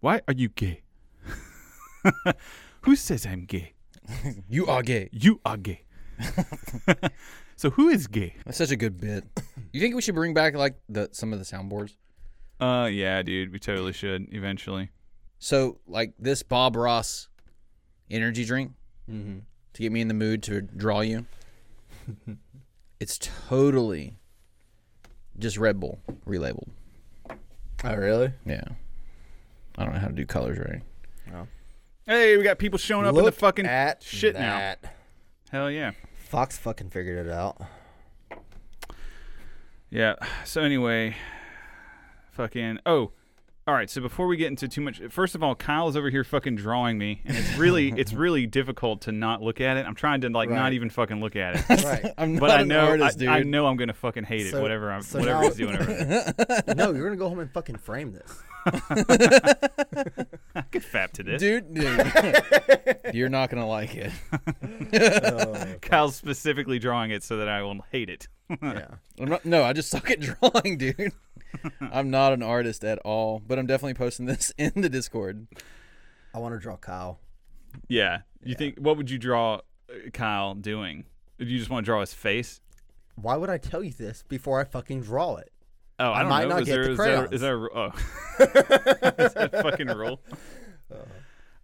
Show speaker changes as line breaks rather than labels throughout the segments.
Why are you gay? who says I'm gay?
You are gay.
You are gay. so who is gay?
That's such a good bit. You think we should bring back like the some of the soundboards?
Uh, yeah, dude, we totally should eventually.
So like this Bob Ross energy drink to get me in the mood to draw you. it's totally just Red Bull relabeled.
Oh, really?
Yeah. I don't know how to do colors right.
Hey, we got people showing up in the
Look
fucking
at
shit
that.
now. Hell yeah.
Fox fucking figured it out.
Yeah. So anyway, fucking oh. All right, so before we get into too much, first of all, Kyle is over here fucking drawing me, and it's really, it's really difficult to not look at it. I'm trying to like not
Right.
even fucking look at it,
Right.
I'm
but
not
I
an
know,
artist,
I,
dude.
I know I'm gonna fucking hate it,
So-
whatever I'm,
so
whatever
now-
he's doing over there.
no, you're gonna go home and fucking frame this.
Get fap to this.
dude, dude. You're not gonna like it.
Kyle's specifically drawing it so that I will hate it.
Yeah.
I'm not, no, I just suck at drawing, dude. I'm not an artist at all, but I'm definitely posting this in the Discord.
I want to draw Kyle.
Yeah. You think what would you draw uh, Kyle doing? Do you just want to draw his face?
Why would I tell you this before I fucking draw it?
Oh, I, don't
might
know.
not
is,
get
there,
the
is there- is there
crayons.
a oh. is that a fucking roll?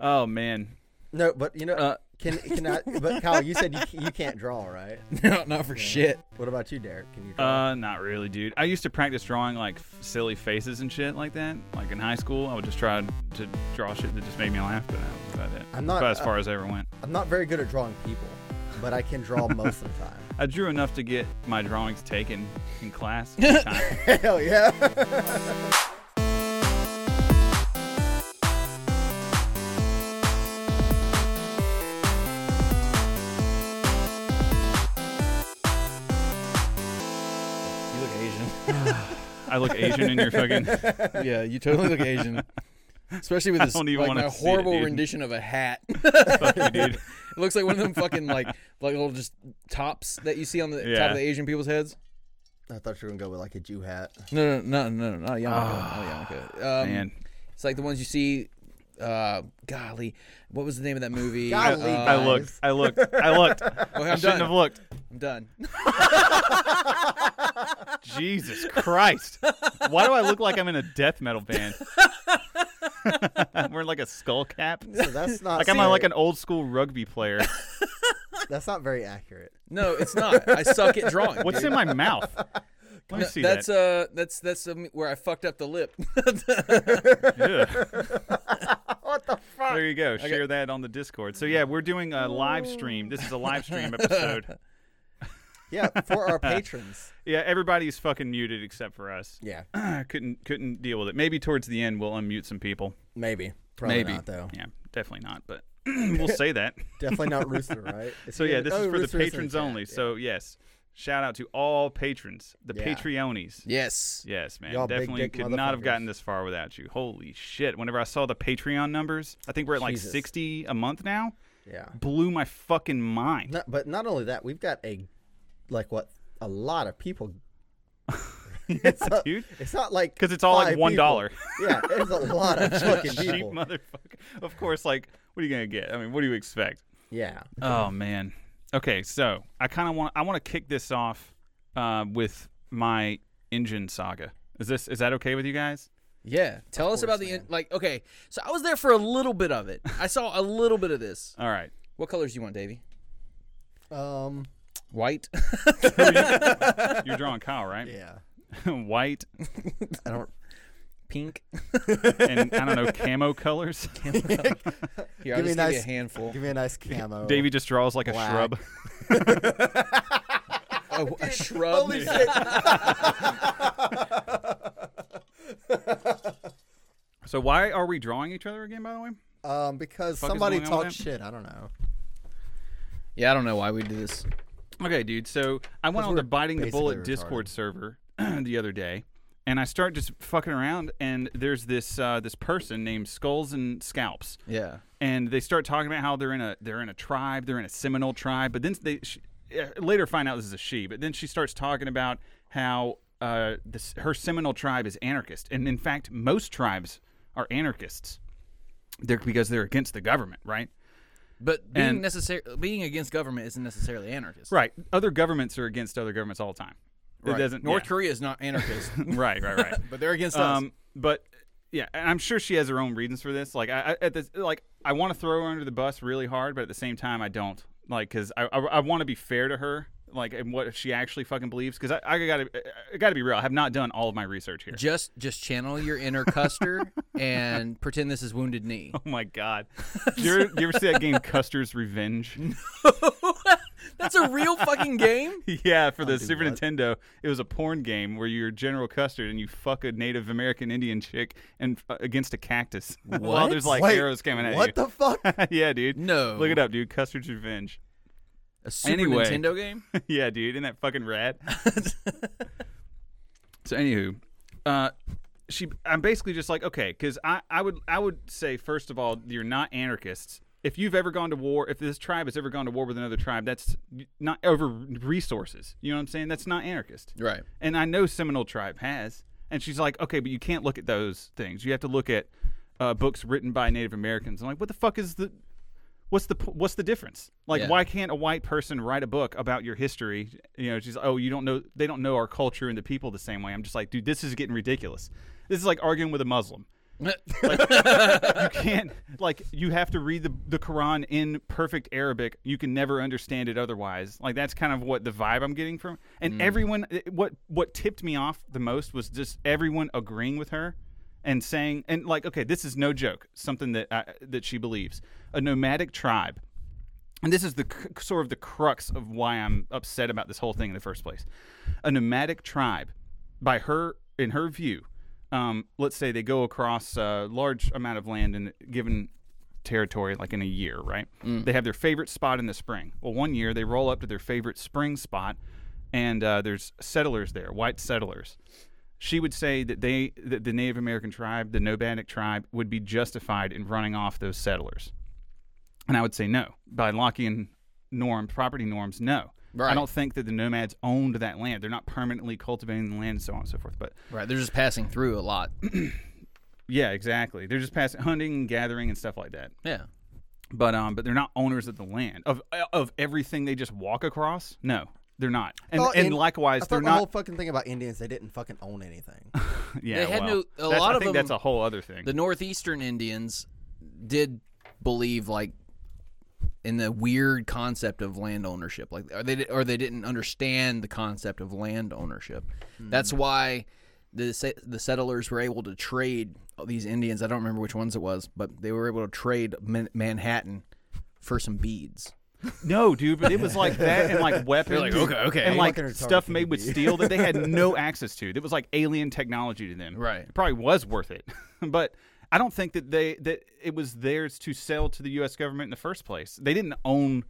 Oh man.
No, but you know,
Uh,
can can I? But Kyle, you said you, you can't draw, right?
No, not for shit.
What about you, Derek? Can you draw?
Uh not really, dude. I used to practice drawing like f- silly faces and shit like that. Like in high school, I would just try to draw shit that just made me laugh, but uh, that was about it.
I'm not-
About as
uh,
far as I ever went.
I'm not very good at drawing people, but I can draw most of the time.
I drew enough to get my drawings taken in class. one time.
Hell yeah!
You look Asian.
I look Asian in your fucking
yeah, you totally look Asian. Especially with this
don't even
like
wanna
my
see it,
horrible
dude.
rendition of a hat.
fuck you, dude.
It looks like one of them fucking like like little just tops that you see on the
Yeah.
top of the Asian people's heads.
I thought you were gonna go with like a Jew hat.
No, no, no, no, no, not Yamaka. not Yamaka. Um,
Ah, Man.
It's like the ones you see. Uh, golly, what was the name of that movie?
Golly,
Uh,
I looked. I looked. I looked. I
I'm
shouldn't
done.
have looked.
I'm done.
Jesus Christ. Why do I look like I'm in a death metal band? I'm wearing like a skull cap.
So that's not
Like I'm a- like
very-
an old school rugby player.
That's not very accurate.
No, it's not. I suck at drawing.
What's
dude.
in my mouth? Let me
No,
see
that's
that.
uh, that's that's um, where I fucked up the lip.
Ugh.
What the fuck?
There you go. Share that on the Discord. So yeah, we're doing a live stream. This is a live stream episode.
Yeah, for our patrons.
Yeah, everybody's fucking muted except for us.
Yeah,
couldn't couldn't deal with it. Maybe towards the end we'll unmute some people.
maybe. Probably
Maybe.
not though.
Yeah, definitely not, but we'll say that.
Definitely not rooster, right? If
So
you
yeah,
have-
this
oh,
is for the
Rooster in
patrons
chat,
only.
yeah.
So yes, shout out to all patrons, the
Yeah.
Patreonies.
yes.
Yes, man.
Y'all big
Definitely
dick
could not have
motherfuckers.
gotten this far without you. Holy shit! Whenever I saw the Patreon numbers, I think we're at like
Jesus.
sixty a month now.
yeah.
Blew my fucking mind.
Not, but not only that, we've got a like what a lot of people. it's not,
dude.
It's not like
'Cause it's all, like,
five
$1.
people. yeah, it's a lot of fucking
Cheap
people.
motherfucker. Of course, like, what are you gonna get? I mean, what do you expect?
Yeah,
Oh man. Okay, so I kind of want I want to kick this off uh, with my engine saga. Is this is that okay with you guys?
Yeah. Tell us about the in- like. Okay, so I was there for a little bit of it. I saw a little bit of this.
All right.
What colors do you want, Davey?
um,
White.
You're drawing Kyle, right?
yeah.
White
I don't.
Pink.
and I don't know camo colors.
Here, I'll
Give me
just
a
give you a
nice
handful.
Give me a nice camo.
Davey just draws like a
Black.
shrub.
Oh, a shrub.
Holy shit!
So why are we drawing each other again? By the way,
Um, because
Fuck is
somebody
going on with
talked
that?
shit. I don't know.
Yeah, I don't know why we do this.
okay, dude. So I went on the
we're
biting the bullet
basically retarded.
Discord server the other day, and I start just fucking around, and there's this uh, this person named Skulls and Scalps.
Yeah.
and they start talking about how they're in a they're in a tribe, they're in a Seminole tribe, but then they she, uh, later find out this is a she. But then she starts talking about how uh, this, her Seminole tribe is anarchist, and in fact, most tribes are anarchists. They're because they're against the government, right?
But being
And-
necessar- being against government isn't necessarily anarchist.
Right. Other governments are against other governments all the time. It
Right.
doesn't
North
yeah.
Korea is not anarchist,
right, right, right.
but they're against us.
um, but yeah, and I'm sure she has her own reasons for this. Like I, I at this, like I want to throw her under the bus really hard, but at the same time, I don't. Like because I, I, want to be fair to her, like and what she actually fucking believes. Because I, I gotta, I gotta be real. I have not done all of my research here.
Just just channel your inner Custer and pretend this is wounded knee.
Oh my god! Do you, ever, do you ever see that game Custer's Revenge?
That's a real fucking game.
yeah, for the Super Nintendo, it was a porn game where you're General Custard and you fuck a Native American Indian chick and uh, against a cactus while
What?
there's like
Wait,
arrows coming at
what
you.
the fuck?
yeah, dude.
No.
look it up, dude. Custard's Revenge.
A Super
Anyway.
Nintendo game.
yeah, dude. Isn't that fucking rad? so, anywho, uh, she, I'm basically just like, okay, because I, I would, I would say first of all, you're not anarchists. If you've ever gone to war, if this tribe has ever gone to war with another tribe, that's not over resources. You know what I'm saying? That's not anarchist.
Right.
And I know Seminole Tribe has. And she's like, okay, but you can't look at those things. You have to look at uh, books written by Native Americans. I'm like, what the fuck is the, what's the p- what's the difference? Like,
Yeah.
why can't a white person write a book about your history? You know, she's oh, you don't know, they don't know our culture and the people the same way. I'm just like, dude, this is getting ridiculous. This is like arguing with a Muslim. You can't like you have to read the the Quran in perfect Arabic. You can never understand it otherwise. Like that's kind of what the vibe I'm getting from. And everyone, it- what what tipped me off the most was just everyone agreeing with her and saying and like, okay, this is no joke. Something that uh, that she believes. A nomadic tribe and this is the cr- sort of the crux of why I'm upset about this whole thing in the first place. A nomadic tribe, by her in her view, um, let's say they go across a large amount of land in a given territory, like in a year, right? They have their favorite spot in the spring. Well, one year they roll up to their favorite spring spot, and uh, there's settlers there, white settlers. She would say that they, that the Native American tribe, the nomadic tribe, would be justified in running off those settlers. And I would say no. By Lockean norm, property norms, no.
Right.
I don't think that the nomads owned that land. They're not permanently cultivating the land and so on and so forth. But
Right. They're just passing through a lot.
yeah, exactly. They're just passing hunting and gathering and stuff like that.
Yeah.
But um, but they're not owners of the land of of everything they just walk across. No, they're not. And
Thought
and
in-
likewise,
I
they're
thought the whole
not.
fucking thing about Indians, they didn't fucking own anything.
yeah,
They had
well,
no- a
that's-
lot
I
of
think
them-
that's a whole other thing.
The northeastern Indians did believe like in the weird concept of land ownership, like or they di- or they didn't understand the concept of land ownership. That's why the se- the settlers were able to trade these Indians. I don't remember which ones it was, but they were able to trade Man- Manhattan for some beads.
No, dude, but it was like that and like weapons.
like, okay, okay.
And like
Fucking retarded
stuff
can
made
you
with
be?
steel that they had no access to. That was like alien technology to them.
Right.
It probably was worth it. but I don't think that they that it was theirs to sell to the US government in the first place. They didn't own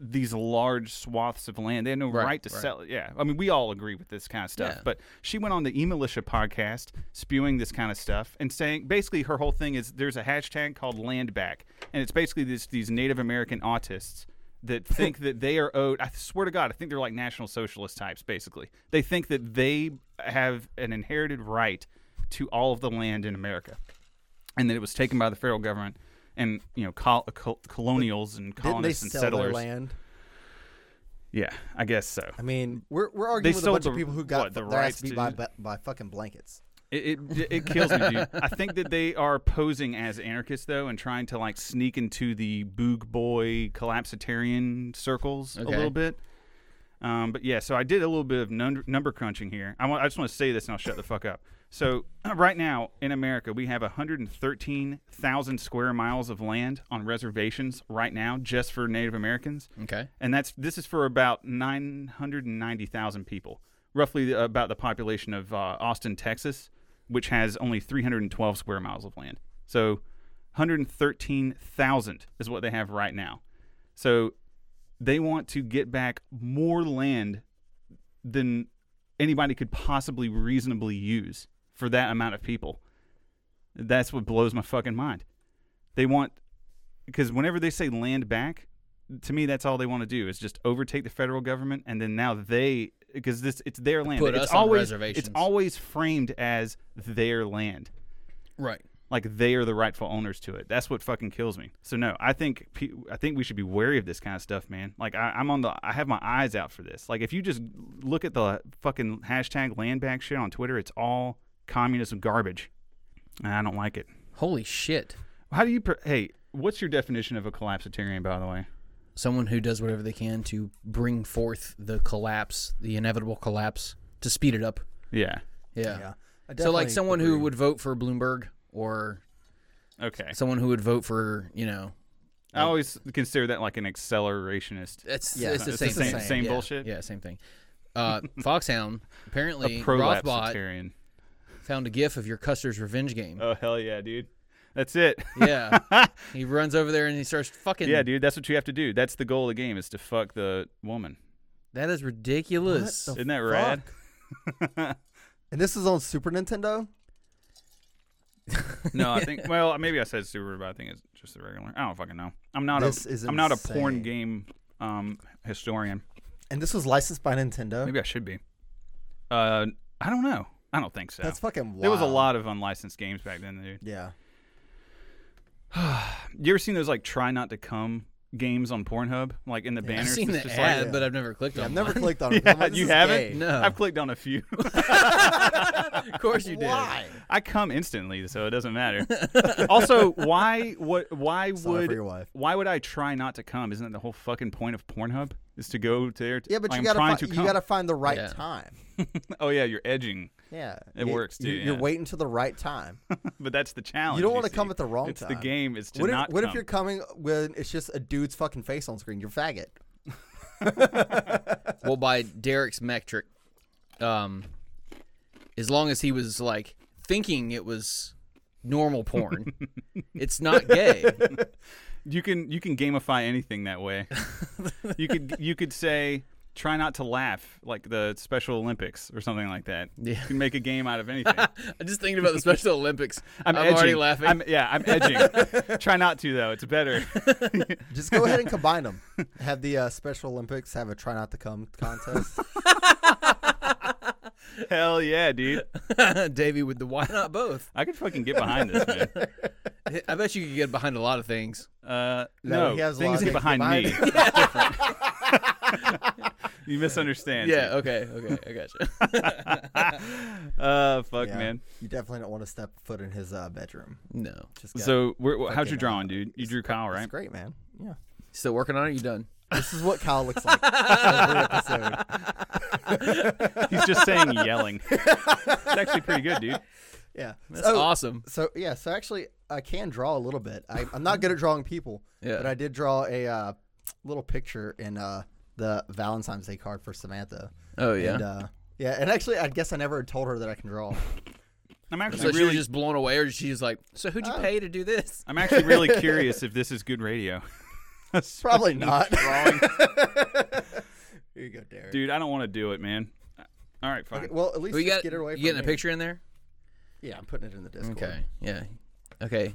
these large swaths of land. They had no right, to sell it. Yeah. I mean, we all agree with this kind of stuff.
Yeah.
But she went on the E Militia podcast spewing this kind of stuff and saying basically her whole thing is there's a hashtag called land back. And it's basically this, these Native American autists that think that they are owed. I swear to God, I think they're like national socialist types, basically. They think that they have an inherited right to all of the land in America and that it was taken by the federal government and, you know, col- col- colonials and
didn't they
colonists and
sell
settlers.
their land?
Yeah, I guess so.
I mean, we're, we're arguing
They
with a
sold
bunch of
the-
people who got
what, the
their ass
rights
beat
to-
by, by, by fucking blankets.
It, it it kills me, dude. I think that they are posing as anarchists though, and trying to like sneak into the boog boy collapsitarian circles a
Okay.
little bit. Um, but yeah, so I did a little bit of nun- number crunching here. I, want, I just want to say this, and I'll shut the fuck up. So right now in America, we have 113,000 square miles of land on reservations right now, just for Native Americans
Okay.
and that's this is for about 990,000 people, roughly about the population of uh, Austin, Texas, which has only 312 square miles of land. So 113,000 is what they have right now. So they want to get back more land than anybody could possibly reasonably use for that amount of people. That's what blows my fucking mind. They want because whenever they say land back, to me that's all they want to do is just overtake the federal government and then now they because this it's their land.
Put
it's
us on
always
reservations.
it's always framed as their land.
Right.
like they are the rightful owners to it. That's what fucking kills me. So no, I think pe- I think we should be wary of this kind of stuff, man. Like I, I'm on the I have my eyes out for this. Like if you just look at the fucking hashtag land back shit on Twitter, it's all communism garbage, and I don't like it.
Holy shit.
How do you? Per- hey, what's your definition of a collapsitarian, by the way?
Someone who does whatever they can to bring forth the collapse, the inevitable collapse, to speed it up.
Yeah.
Yeah.
I
So like
definitely
someone
agree.
who would vote for Bloomberg or
Okay.
someone who would vote for, you know,
I always consider that like an accelerationist.
it's,
Yeah,
it's the
it's the
same
same-
thing.
same
Yeah.
bullshit?
Yeah, same thing. Uh, Foxhound apparently
A
Rothbot
prolapsitarian.
found a gif of your Custer's Revenge game.
Oh hell yeah, dude. That's it.
yeah, he runs over there and he starts fucking.
yeah, dude. That's what you have to do. That's the goal of the game is to fuck the woman.
that is ridiculous.
What the
Isn't that rad?
And this is on Super Nintendo.
No, I think. Well, maybe I said super, but I think it's just the regular. I don't fucking know. I'm not
This
a.
is
am not a porn
insane.
game um, historian.
And this was licensed by Nintendo.
Maybe I should be. Uh, I don't know. I don't think so.
That's fucking wild.
there was a lot of unlicensed games back then, dude.
Yeah.
You ever seen those like "try not to come" games on Pornhub? Like in the
I've
banners.
seen
it's
the
just
ad,
Yeah.
but I've never clicked
Yeah, I've
on.
never
one.
clicked on it.
Like,
I'm
yeah,
like, this
you
is
haven't.
gay.
No.
I've clicked on a few.
of course you did.
Why?
I come instantly, so it doesn't matter. also, why what why
Sorry
would
for your wife.
why would I try not to come? Isn't that the whole fucking point of Pornhub? Is to go there. To,
Yeah, but
like,
you
I'm
gotta
trying
fi-
to
you
come.
gotta find the right
Yeah.
time.
Oh yeah, you're edging,
Yeah,
It
You-
works, too,
You, You're
yeah.
waiting to the right time.
but that's the challenge.
You don't want to
see.
come at the wrong
It's
time.
the game. Is to
What if,
not.
what
come.
if you're coming when it's just a dude's fucking face on screen? You're faggot.
Well, by Derek's metric, um, as long as he was like thinking it was normal porn, it's not gay.
You can you can gamify anything that way. you could you could say try not to laugh like the Special Olympics or something like that.
Yeah.
You can make a game out of anything.
I'm just thinking about the Special Olympics.
I'm, edging.
already laughing.
I'm, yeah, I'm edging. try not to though. It's better.
Just go ahead and combine them. Have the uh, Special Olympics have a try not to come contest.
Hell yeah, dude.
Davey with the why not both?
I could fucking get behind this, man.
I bet you could get behind a lot of things.
Uh,
No,
no,
he has a lot
things
of
get
things
behind me.
behind
you misunderstand.
Yeah. Okay. Okay. I got you.
Uh, fuck,
Yeah.
man.
You definitely don't want to step foot in his uh, bedroom.
No.
Just got-
So, we're, wh- how's your
Fucking,
drawing, dude? You drew Kyle,
it's
right?
great, man. Yeah,
Still working on it. You done?
this is what Kyle looks like every episode.
He's just saying yelling. it's actually pretty good, dude.
Yeah,
That's awesome.
So yeah, so actually, I can draw a little bit. I, I'm not good at drawing people,
Yeah.
but I did draw a uh, little picture in uh, the Valentine's Day card for Samantha.
Oh yeah.
And, uh, yeah, and actually, I guess I never told her that I can draw.
I'm
so
actually
she was
really
just blown away, or she's like, "So who'd you pay to do this?"
I'm actually really curious if this is good radio.
Probably not. Here you go, Derek.
Dude, I don't want to do it, man. All right, fine.
Okay, well, at least
We
just
got
get her away.
you
From
getting a
me.
picture in there.
Yeah, I'm putting it in the Discord.
Okay. Yeah. Okay.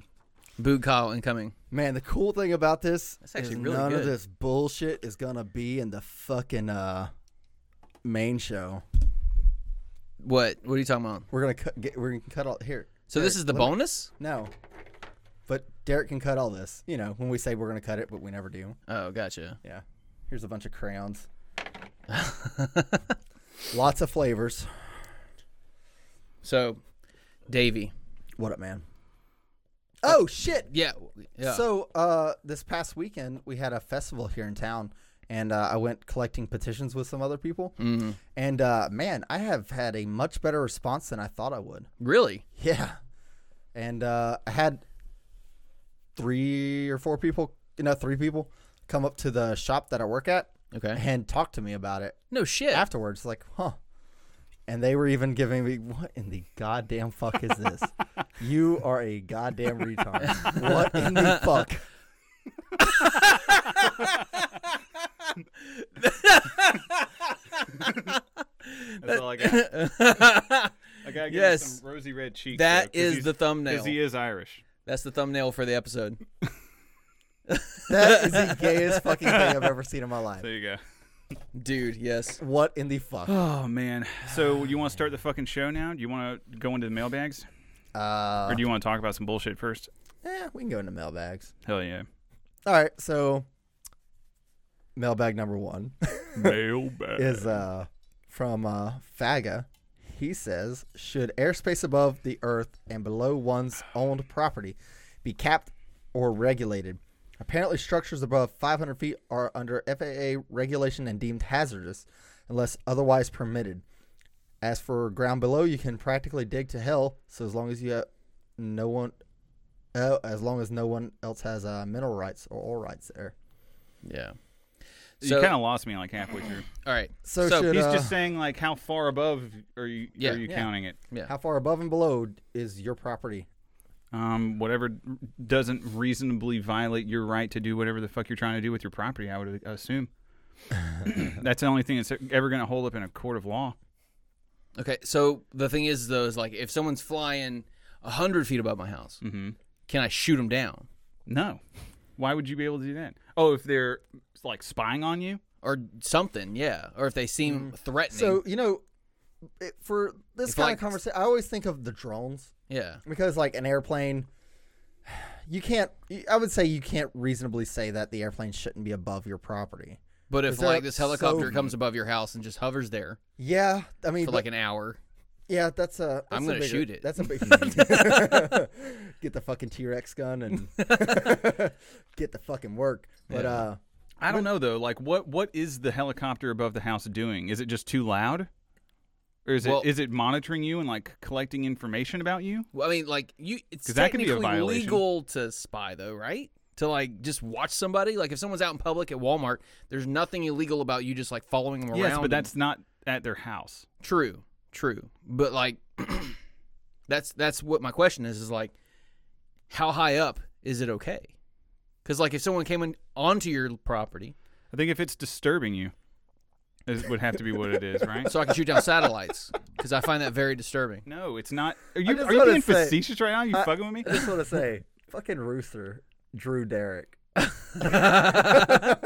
Boo Kyle incoming.
Man, the cool thing about this
actually
is
really
none of
good.
this bullshit is gonna be in the fucking uh, main show.
What? What are you talking about?
We're gonna cut. Get, we're gonna cut all here.
So this
Derek,
is the
let me-
bonus?
No. But Derek can cut all this, you know, when we say we're going to cut it, but we never do.
Oh, gotcha.
Yeah. Here's a bunch of crayons. Lots of flavors.
So, Davy.
What up, man? Oh, shit.
Yeah. Yeah.
So, uh, this past weekend, we had a festival here in town, and uh, I went collecting petitions with some other people.
Mm-hmm.
And uh, man, I have had a much better response than I thought I would.
really?
Yeah. And uh, I had three or four people, you know, three people come up to the shop that I work at
Okay.
and talk to me about it
No shit.
afterwards. Like, huh. And they were even giving me, what in the goddamn fuck is this? you are a goddamn retard. what in the fuck?
That's all I got. I gotta give
Yes.
him some rosy red cheeks.
That
though, 'cause
is
he's-
the thumbnail.
'cause he is Irish.
That's the thumbnail for the episode.
That is the gayest fucking thing I've ever seen in my life.
There you go.
Dude, yes.
What in the fuck?
Oh man. So you want to start the fucking show now? Do you want to go into the mailbags?
Uh,
or do you want to talk about some bullshit first?
yeah, we can go into mailbags.
Hell yeah.
All right, so mailbag number one
Mailbag.
is uh, from uh, Faga. He says, "Should airspace above the Earth and below one's owned property be capped or regulated? Apparently, structures above 500 feet are under FAA regulation and deemed hazardous unless otherwise permitted. As for ground below, you can practically dig to hell. So as long as you have no one, uh, as long as no one else has uh, mineral rights or oil rights there.
Yeah.
you
So,
kind of lost me like halfway through.
all right.
So
So
should,
He's
uh,
just saying like how far above are you
Yeah.
are you
Yeah.
counting it?
how far above and below is your property?
Um, whatever doesn't reasonably violate your right to do whatever the fuck you're trying to do with your property, I would assume. that's the only thing that's ever going to hold up in a court of law.
Okay. So the thing is, though, is like if someone's flying hundred feet above my house,
Mm-hmm.
can I shoot them down?
No. Why would you be able to do that? Oh, if they're like spying on you?
or something, yeah. Or if they seem threatening,
Mm. So you know, it, for this
If,
kind
like-
of conversation, I always think of the drones
yeah,
because, like, an airplane. You can't. I would say you can't reasonably say that the airplane shouldn't be above your property.
but if
Is there
like this
so
helicopter
many-
comes above your house and just hovers there
Yeah, I mean,
for
but-
like an hour,
Yeah, that's a. That's
I'm
a
gonna
bigger-
shoot it.
That's a big. get the fucking T Rex gun and get the fucking work. But uh,
I don't know though. Like, what what is the helicopter above the house doing? Is it just too loud, or is
Well-
it is it monitoring you and like collecting information about you?
well, I mean, like you, it's
'Cause that could be a
technically
violation.
legal to spy, though, right? To like just watch somebody. Like if someone's out in public at Walmart, there's nothing illegal about you just like following them around.
Yes, but
and-
that's not at their house.
true, true. But like, that's that's what my question is: is like, how high up is it okay? Because like if someone came in onto your property,
I think if it's disturbing you, it would have to be what it is, right?
so I can shoot down satellites because I find that very disturbing.
no, it's not. Are you
just
are you
wanna
being
say-
facetious right now? you
I-
fucking with me?
I just want to say, fucking rooster, Drew Derek.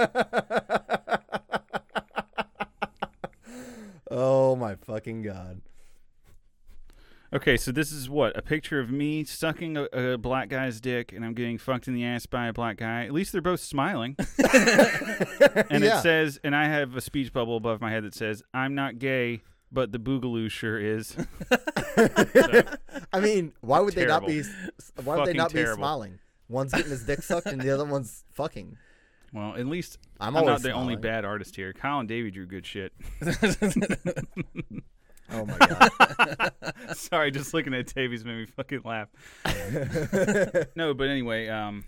oh my fucking god!
Okay, so this is what a picture of me sucking a, a black guy's dick, and I'm getting fucked in the ass by a black guy. At least they're both smiling. and
Yeah.
it says, and I have a speech bubble above my head that says, "I'm not gay, but the boogaloo sure is."
I mean, why would they not be? Why would they
Fucking
not be
terrible.
smiling? One's getting his dick sucked, and the other one's fucking.
well, at least
I'm
I'm, not
always
the only
smiling.
bad artist here. Colin Davey drew good shit.
Oh my god!
Sorry, just looking at Davies made me fucking laugh. no, but anyway, um,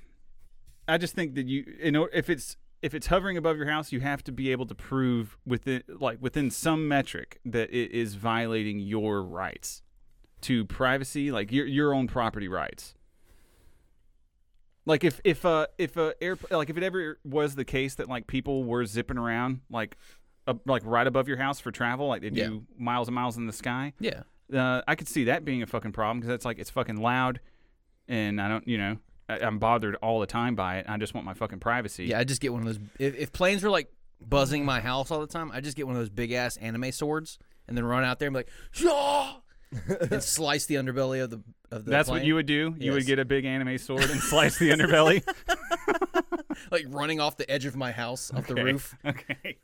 I just think that you, in order, if it's if it's hovering above your house, you have to be able to prove within like within some metric that it is violating your rights to privacy, like your your own property rights. Like if if uh if a air like if it ever was the case that like people were zipping around like up, like right above your house for travel, like they do
Yeah.
miles and miles in the sky
Yeah.
uh, I could see that being a fucking problem because that's like it's fucking loud, and I don't, you know, I, I'm bothered all the time by it. I just want my fucking privacy.
Yeah, I just get one of those. If, if planes were like buzzing my house all the time, I just get one of those big ass anime swords and then run out there and be like, Shaw! and slice the underbelly of the of the.
that's what
plane.
you would do. You would
Yes.
get a big anime sword and slice the underbelly,
like running off the edge of my house off the
Okay.
roof.
Okay,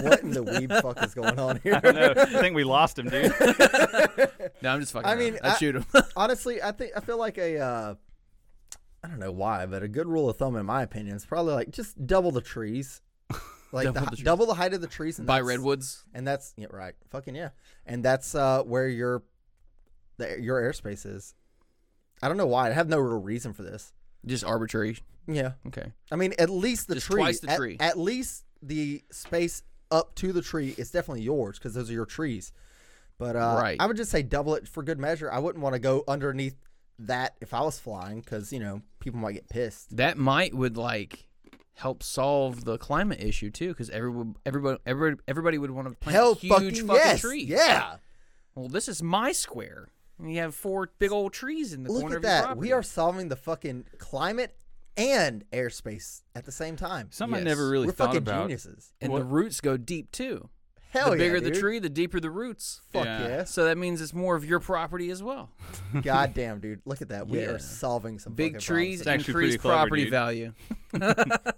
what in the weeb fuck is going on here?
no, I think we lost him, dude.
No, I'm just fucking.
I
I mean,
mean,
I
I-
shoot him.
honestly, I think I feel like a uh, I don't know why, but a good rule of thumb in my opinion is probably like just double the trees, like double the,
Double
hi-
the trees.
double the height of the trees and
by
that's-
redwoods.
and that's yeah, right, fucking yeah, and that's uh, where your the, your airspace is. I don't know why. I have no real reason for this.
Just arbitrary.
Yeah,
Okay.
I mean, at least the
Just
tree,
twice the
at-
tree.
at least the space up to the tree is definitely yours because those are your trees. But uh,
Right.
I would just say double it for good measure. I wouldn't want to go underneath that if I was flying because you know people might get pissed.
That might would like help solve the climate issue too, because everyone, everybody, everybody, everybody would want to plant
Hell,
huge
fucking,
fucking
yes,
trees.
yeah.
Well, this is my square. And you have four big old trees in the
Look
corner
at
of your
that.
property.
We are solving the fucking climate and airspace at the same time.
Something I
Yes.
never really
We're
thought
fucking
about.
geniuses.
and the
What-
roots go deep too.
Hell
the
yeah,
bigger the
dude.
tree, the deeper the roots.
Fuck
Yeah.
yes.
So that means it's more of your property as well.
God damn, dude. Look at that. We
Yeah.
are solving some
Big
fucking
trees
problems.
It's actually
increase
pretty clever,
property
dude.
value.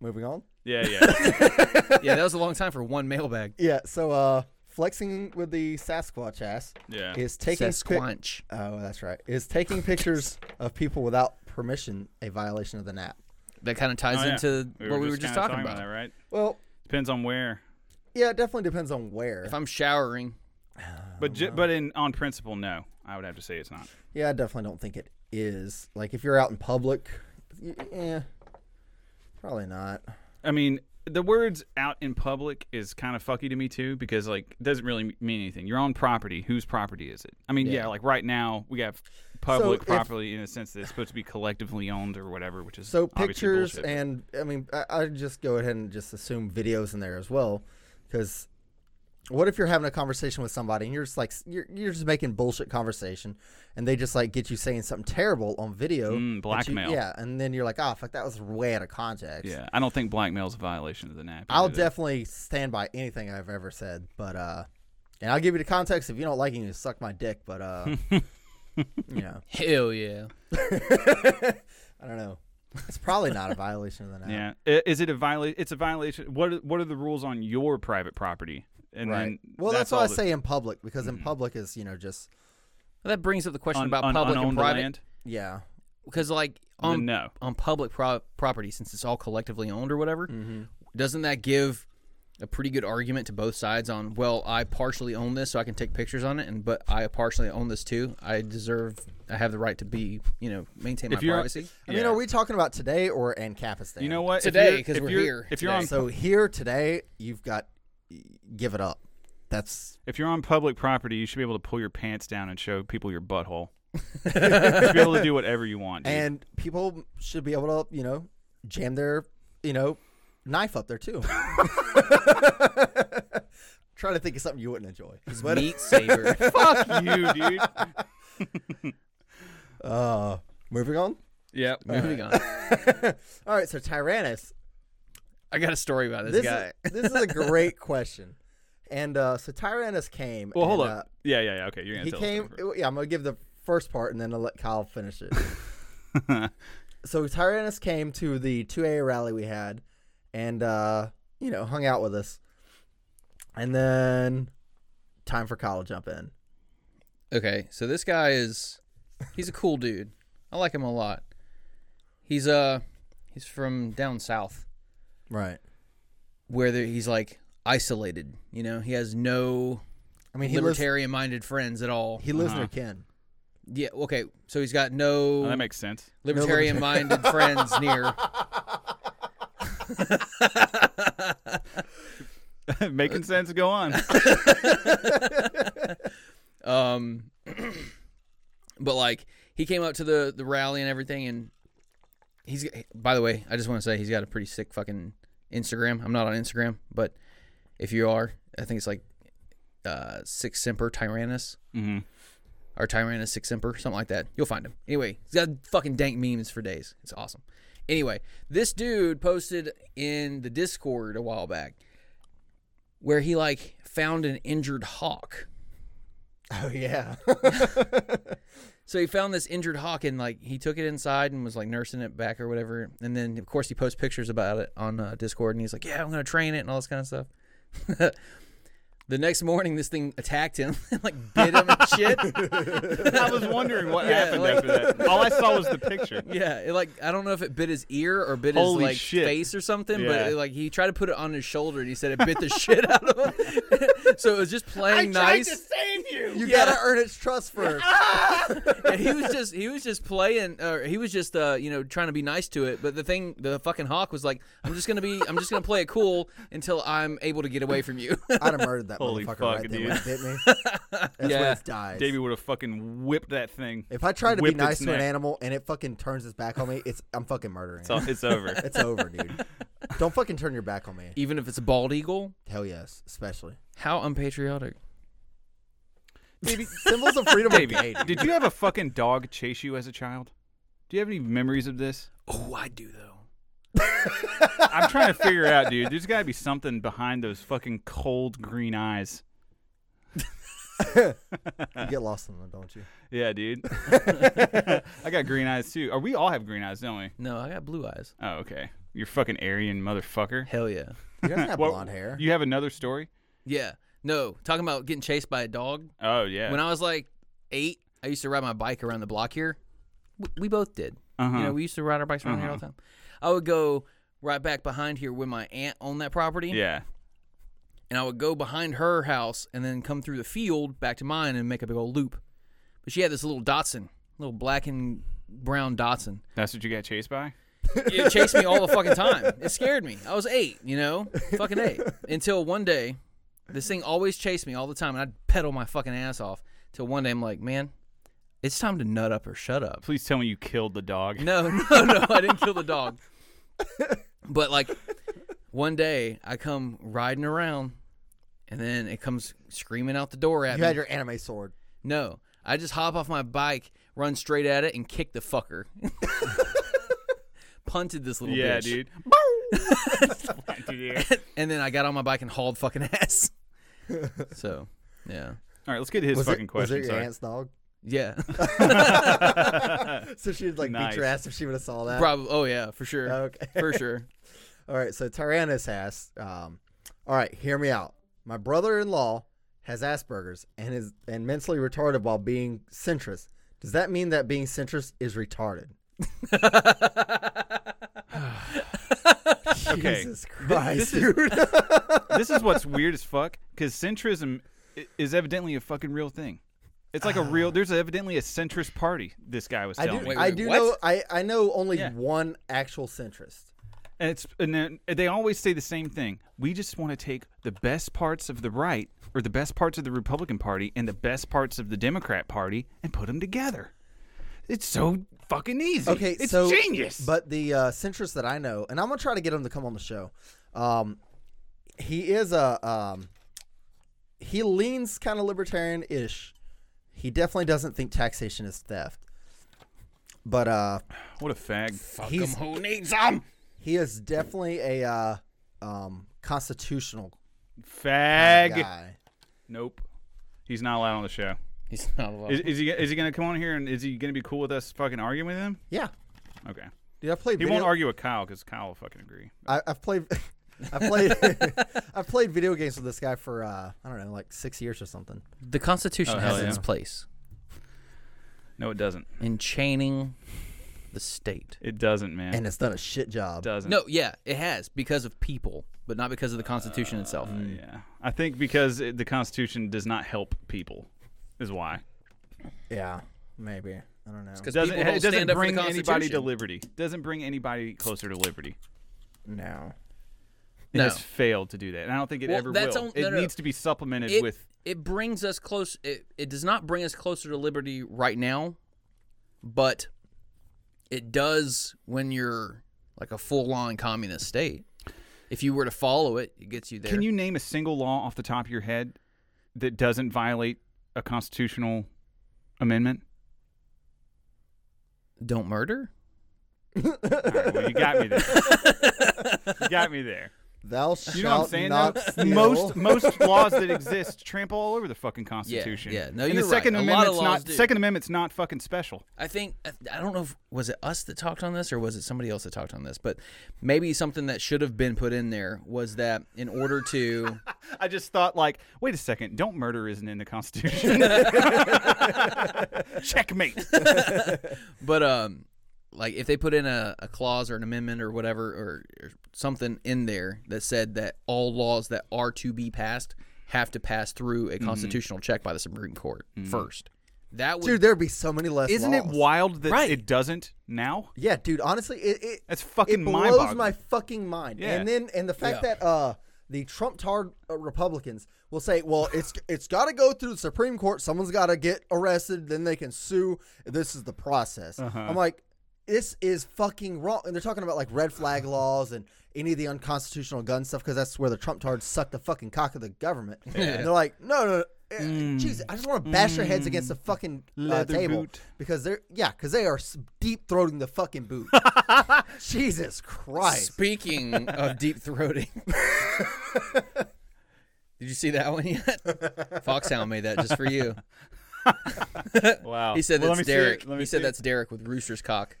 Moving on.
Yeah, yeah.
yeah, that was a long time for one mailbag.
Yeah. So, uh, flexing with the Sasquatch ass
Yeah.
is taking pic-
Sasquatch.
Oh, that's right. Is taking pictures of people without permission a violation of the NAP?
That kind of ties
Oh, yeah.
into what we were just
kinda
talking about.
that, right?
Well,
Depends on where.
yeah, it definitely depends on where.
If I'm showering,
But ju- but in on principle, no. I would have to say it's not.
yeah, I definitely don't think it is. Like, if you're out in public, y- yeah, probably not.
I mean, the words out in public is kind of fucky to me too because like it doesn't really mean anything. You're on property. Whose property is it? I mean, yeah, like right now we have public
if-
property in a sense that it's supposed to be collectively owned or whatever, which is
So
obviously
pictures
bullshit.
and I mean I, I just go ahead and just assume videos in there as well, because what if you're having a conversation with somebody and you're just like s- you're, you're just making bullshit conversation, and they just like get you saying something terrible on video,
Mm,
that you-
blackmail.
yeah, and then you're like, oh fuck, that was way out of context.
yeah, I don't think blackmail is a violation of the NAP.
I'll
either.
definitely stand by anything I've ever said, but uh, and I'll give you the context if you don't like it, you can suck my dick, but uh, you know,
hell yeah.
I don't know. It's probably not a violation of the NAP.
Yeah, I- is it a violation? It's a violation. What are- What are the rules on your private property? And
Right.
then
Well, that's,
all Mm-hmm.
why
that-
I say in public because in public is you know just
Well, that brings up the question
un-
about
un-
public and
unowned
private. Um,
land?
yeah
Because, like,
Then
on,
no.
on public pro- property, since it's all collectively owned or whatever,
Mm-hmm.
doesn't that give a pretty good argument to both sides on, well, I partially own this, so I can take pictures on it, and but I partially own this too. I deserve, I have the right to be, you know, maintain
If
my
you're-
privacy.
I mean,
Yeah.
are we talking about today or Ancapistan?
You know what? If
Today,
you're-
'cause
if
we're
you're-
here
If you're
today.
on
So here today, you've got give it up. That's
If you're on public property, you should be able to pull your pants down and show people your butthole. you should be able to do whatever you want. dude.
and people should be able to you know jam their you know knife up there too. Trying to think of something you wouldn't enjoy.
Meat saver.
fuck you, dude.
Uh, moving on.
Yep.
Moving on.
All right, so Tyrannus
I got a story about this,
this
guy.
Is, this is a great question. And uh, so Tyrannus came.
Well, hold
and,
up.
uh,
yeah, yeah, yeah. Okay, you're gonna
he
tell
came.
us.
Yeah, I'm gonna give the first part and then I'll let Kyle finish it. so Tyrannus came to the 2A rally we had, and uh, you know hung out with us, and then time for Kyle to jump in.
Okay, so this guy is he's a cool dude. I like him a lot. He's uh he's from down south
Right.
where there, he's like isolated, you know. He has no
I mean, he lives.
libertarian minded friends at all.
He lives near
Uh-huh.
Ken.
yeah, okay. So he's got
Oh,
no
that makes sense.
libertarian minded friends near.
Making sense. Go on.
Um but like he came up to the the rally and everything and he's by the way, I just want to say he's got a pretty sick fucking Instagram. I'm not on Instagram, but if you are, I think it's like uh Six Semper Tyrannus
Mhm.
or Tyrannus Six Semper, something like that. You'll find him. Anyway, he's got fucking dank memes for days. It's awesome. Anyway, this dude posted in the Discord a while back where he like found an injured hawk.
Oh yeah.
So he found this injured hawk and like he took it inside and was like nursing it back or whatever. And then of course he posts pictures about it on uh, Discord and he's like, "Yeah, I'm gonna train it and all this kind of stuff." the next morning, this thing attacked him, and, like bit him and shit.
I was wondering what happened
like-
after that. All I saw was the picture.
yeah, it, like I don't know if it bit his ear or bit
Holy
his like
shit.
face or something,
Yeah.
but it, like he tried to put it on his shoulder and he said it bit the shit out of him. so it was just playing nice.
save
You
Yeah.
gotta earn its trust first.
and he was just he was just playing or he was just uh you know trying to be nice to it but the thing the fucking hawk was like i'm just gonna be i'm just gonna play it cool until i'm able to get away from you
I'd have murdered that
Holy
motherfucker
fuck,
right there
dude.
when it bit me. That's
Yeah.
when it dies.
Davey would have fucking whipped that thing.
If I try to be
whipped
nice
its
to an
neck.
animal and it fucking turns its back on me, it's I'm fucking murdering.
So
it.
it's over.
It's over, dude. Don't fucking turn your back on me.
even if it's a bald eagle
Hell yes, especially
how unpatriotic
Davey, symbols of freedom. are
Davey,
gay, dude.
did you have a fucking dog chase you as a child? Do you have any memories of this?
oh i do though
I'm trying to figure out, dude. There's got to be something behind those fucking cold green eyes.
You get lost in them, don't you?
Yeah, dude. I got green eyes too. Or we all have green eyes, don't we?
No, I got blue eyes.
Oh, okay. You're fucking Aryan motherfucker.
Hell yeah.
You guys have
What-
blonde hair.
You have another story?
Yeah. No, talking about getting chased by a dog.
Oh yeah.
When I was like eight, I used to ride my bike around the block here. W- We both did.
Uh-huh.
You know, we used to ride our bikes around here all the time. I would go right back behind here when my aunt owned that property.
yeah.
And I would go behind her house and then come through the field back to mine and make a big old loop. But she had this little Datsun, little black and brown Datsun.
That's what you got chased by?
it chased me all the fucking time. It scared me. I was eight, you know, fucking eight. Until one day, this thing always chased me all the time, and I'd pedal my fucking ass off. Till one day, I'm like, man, it's time to nut up or shut up.
Please tell me you killed the dog.
No, no, no, I didn't kill the dog. But like, one day, I come riding around, and then it comes screaming out the door at
You
me.
had your anime sword.
no, I just hop off my bike, run straight at it, and kick the fucker. Punted this little
yeah,
bitch.
dude. Went through the air.
and then I got on my bike and hauled fucking ass. so, yeah,
All right, let's get to his
Was
fucking
it,
question.
Was it your
sorry.
aunt's dog?
yeah,
So she'd like beat
Nice.
your ass if she would have saw that.
probably. Oh yeah, for sure,
Okay.
for sure.
All right, so Tyrannus asks, um, all right, hear me out. My brother-in-law has Asperger's and is and mentally retarded while being centrist. Does that mean that being centrist is retarded?
Okay.
Jesus Christ,
is-
dude.
this is what's weird as fuck because centrism i- is evidently a fucking real thing. It's like a real. There's evidently a centrist party. This guy was
Oh. I
telling
do,
me,
Wait,
I
wait,
do
what?
know. I, I know only
Yeah.
one actual centrist.
and it's and then they always say the same thing. We just want to take the best parts of the right or the best parts of the Republican Party and the best parts of the Democrat Party and put them together. It's so fucking easy.
Okay,
it's
so
genius.
But the uh, centrist that I know, and I'm gonna try to get him to come on the show. Um, he is a um, he leans kind of libertarian-ish. He definitely doesn't think taxation is theft, but uh,
what a fag.
Fuck 'em
He's-
who needs 'em?
he is definitely a uh, um, constitutional
Fag.
guy.
Nope. He's not allowed on the show.
He's not allowed.
Is, is he? Is he going to come on here and is he going to be cool with us fucking arguing with him?
Yeah,
Okay.
dude, I played.
He
video-
won't argue with Kyle because Kyle will fucking agree.
I, I've played. I played. I played video games with this guy for uh, I don't know, like six years or something.
the Constitution
Oh, hell
has its
yeah.
place
No, it doesn't.
in chaining the state.
It doesn't, man.
And
it
it's done a shit job.
doesn't.
No, yeah, it has because of people, but not because of the Constitution itself.
Yeah, I think because it, the Constitution does not help people, is why.
Yeah, maybe. I don't know.
It
Because
doesn't,
people don't
it doesn't
stand up for the
bring anybody to
Constitution.
liberty. Doesn't bring anybody closer to liberty.
No.
It
No.
has failed to do that, and I don't think it
Well,
ever
that's
will.
on-
it
no, no.
needs to be supplemented
it,
with.
it brings us close it, it does not bring us closer to liberty right now but it does when you're like a full-on communist state if you were to follow it it gets you there
Can you name a single law off the top of your head that doesn't violate a constitutional amendment?
don't murder
All right, well, you got me there. you got me there.
Thou shalt
You know what I'm saying?
not
though?
steal.
Most most laws that exist trample all over the fucking Constitution.
yeah. No,
and
you're
the
right.
Second
A lot of
Amendment's
laws
not
do.
Second Amendment's not fucking special.
i think I, I don't know if was it us that talked on this or was it somebody else that talked on this but maybe something that should have been put in there was that in order to
I just thought like, wait a second, don't murder isn't in the Constitution. Checkmate.
But um, like if they put in a, a clause or an amendment or whatever or, or something in there that said that all laws that are to be passed have to pass through a constitutional check by the Supreme Court first, that would
Dude, there'd be so many less.
Isn't it
laws.
wild that
Right.
it doesn't now?
Yeah, dude. Honestly, it, it
That's fucking
it blows
mind-boggling.
my fucking mind.
Yeah.
And then and the fact
Yeah.
that uh the Trump tarred uh, Republicans will say, well, it's it's got to go through the Supreme Court. Someone's got to get arrested, then they can sue. This is the process.
Uh-huh.
I'm like. This is fucking wrong, and they're talking about like red flag laws and any of the unconstitutional gun stuff because that's where the Trump tards suck the fucking cock of the government. And they're like, no, no, no, Uh,
Mm.
Jeez, I just want to bash their heads against the fucking uh,
Leather
table
boot.
because they're yeah, because they are deep throating the fucking boot. Jesus Christ!
Speaking of deep throating, did you see that one yet? Foxhound made that just for you.
Wow.
He said
Well, let
that's
me see it.
Derek.
Let me
He said
see it.
that's Derek with Rooster's cock.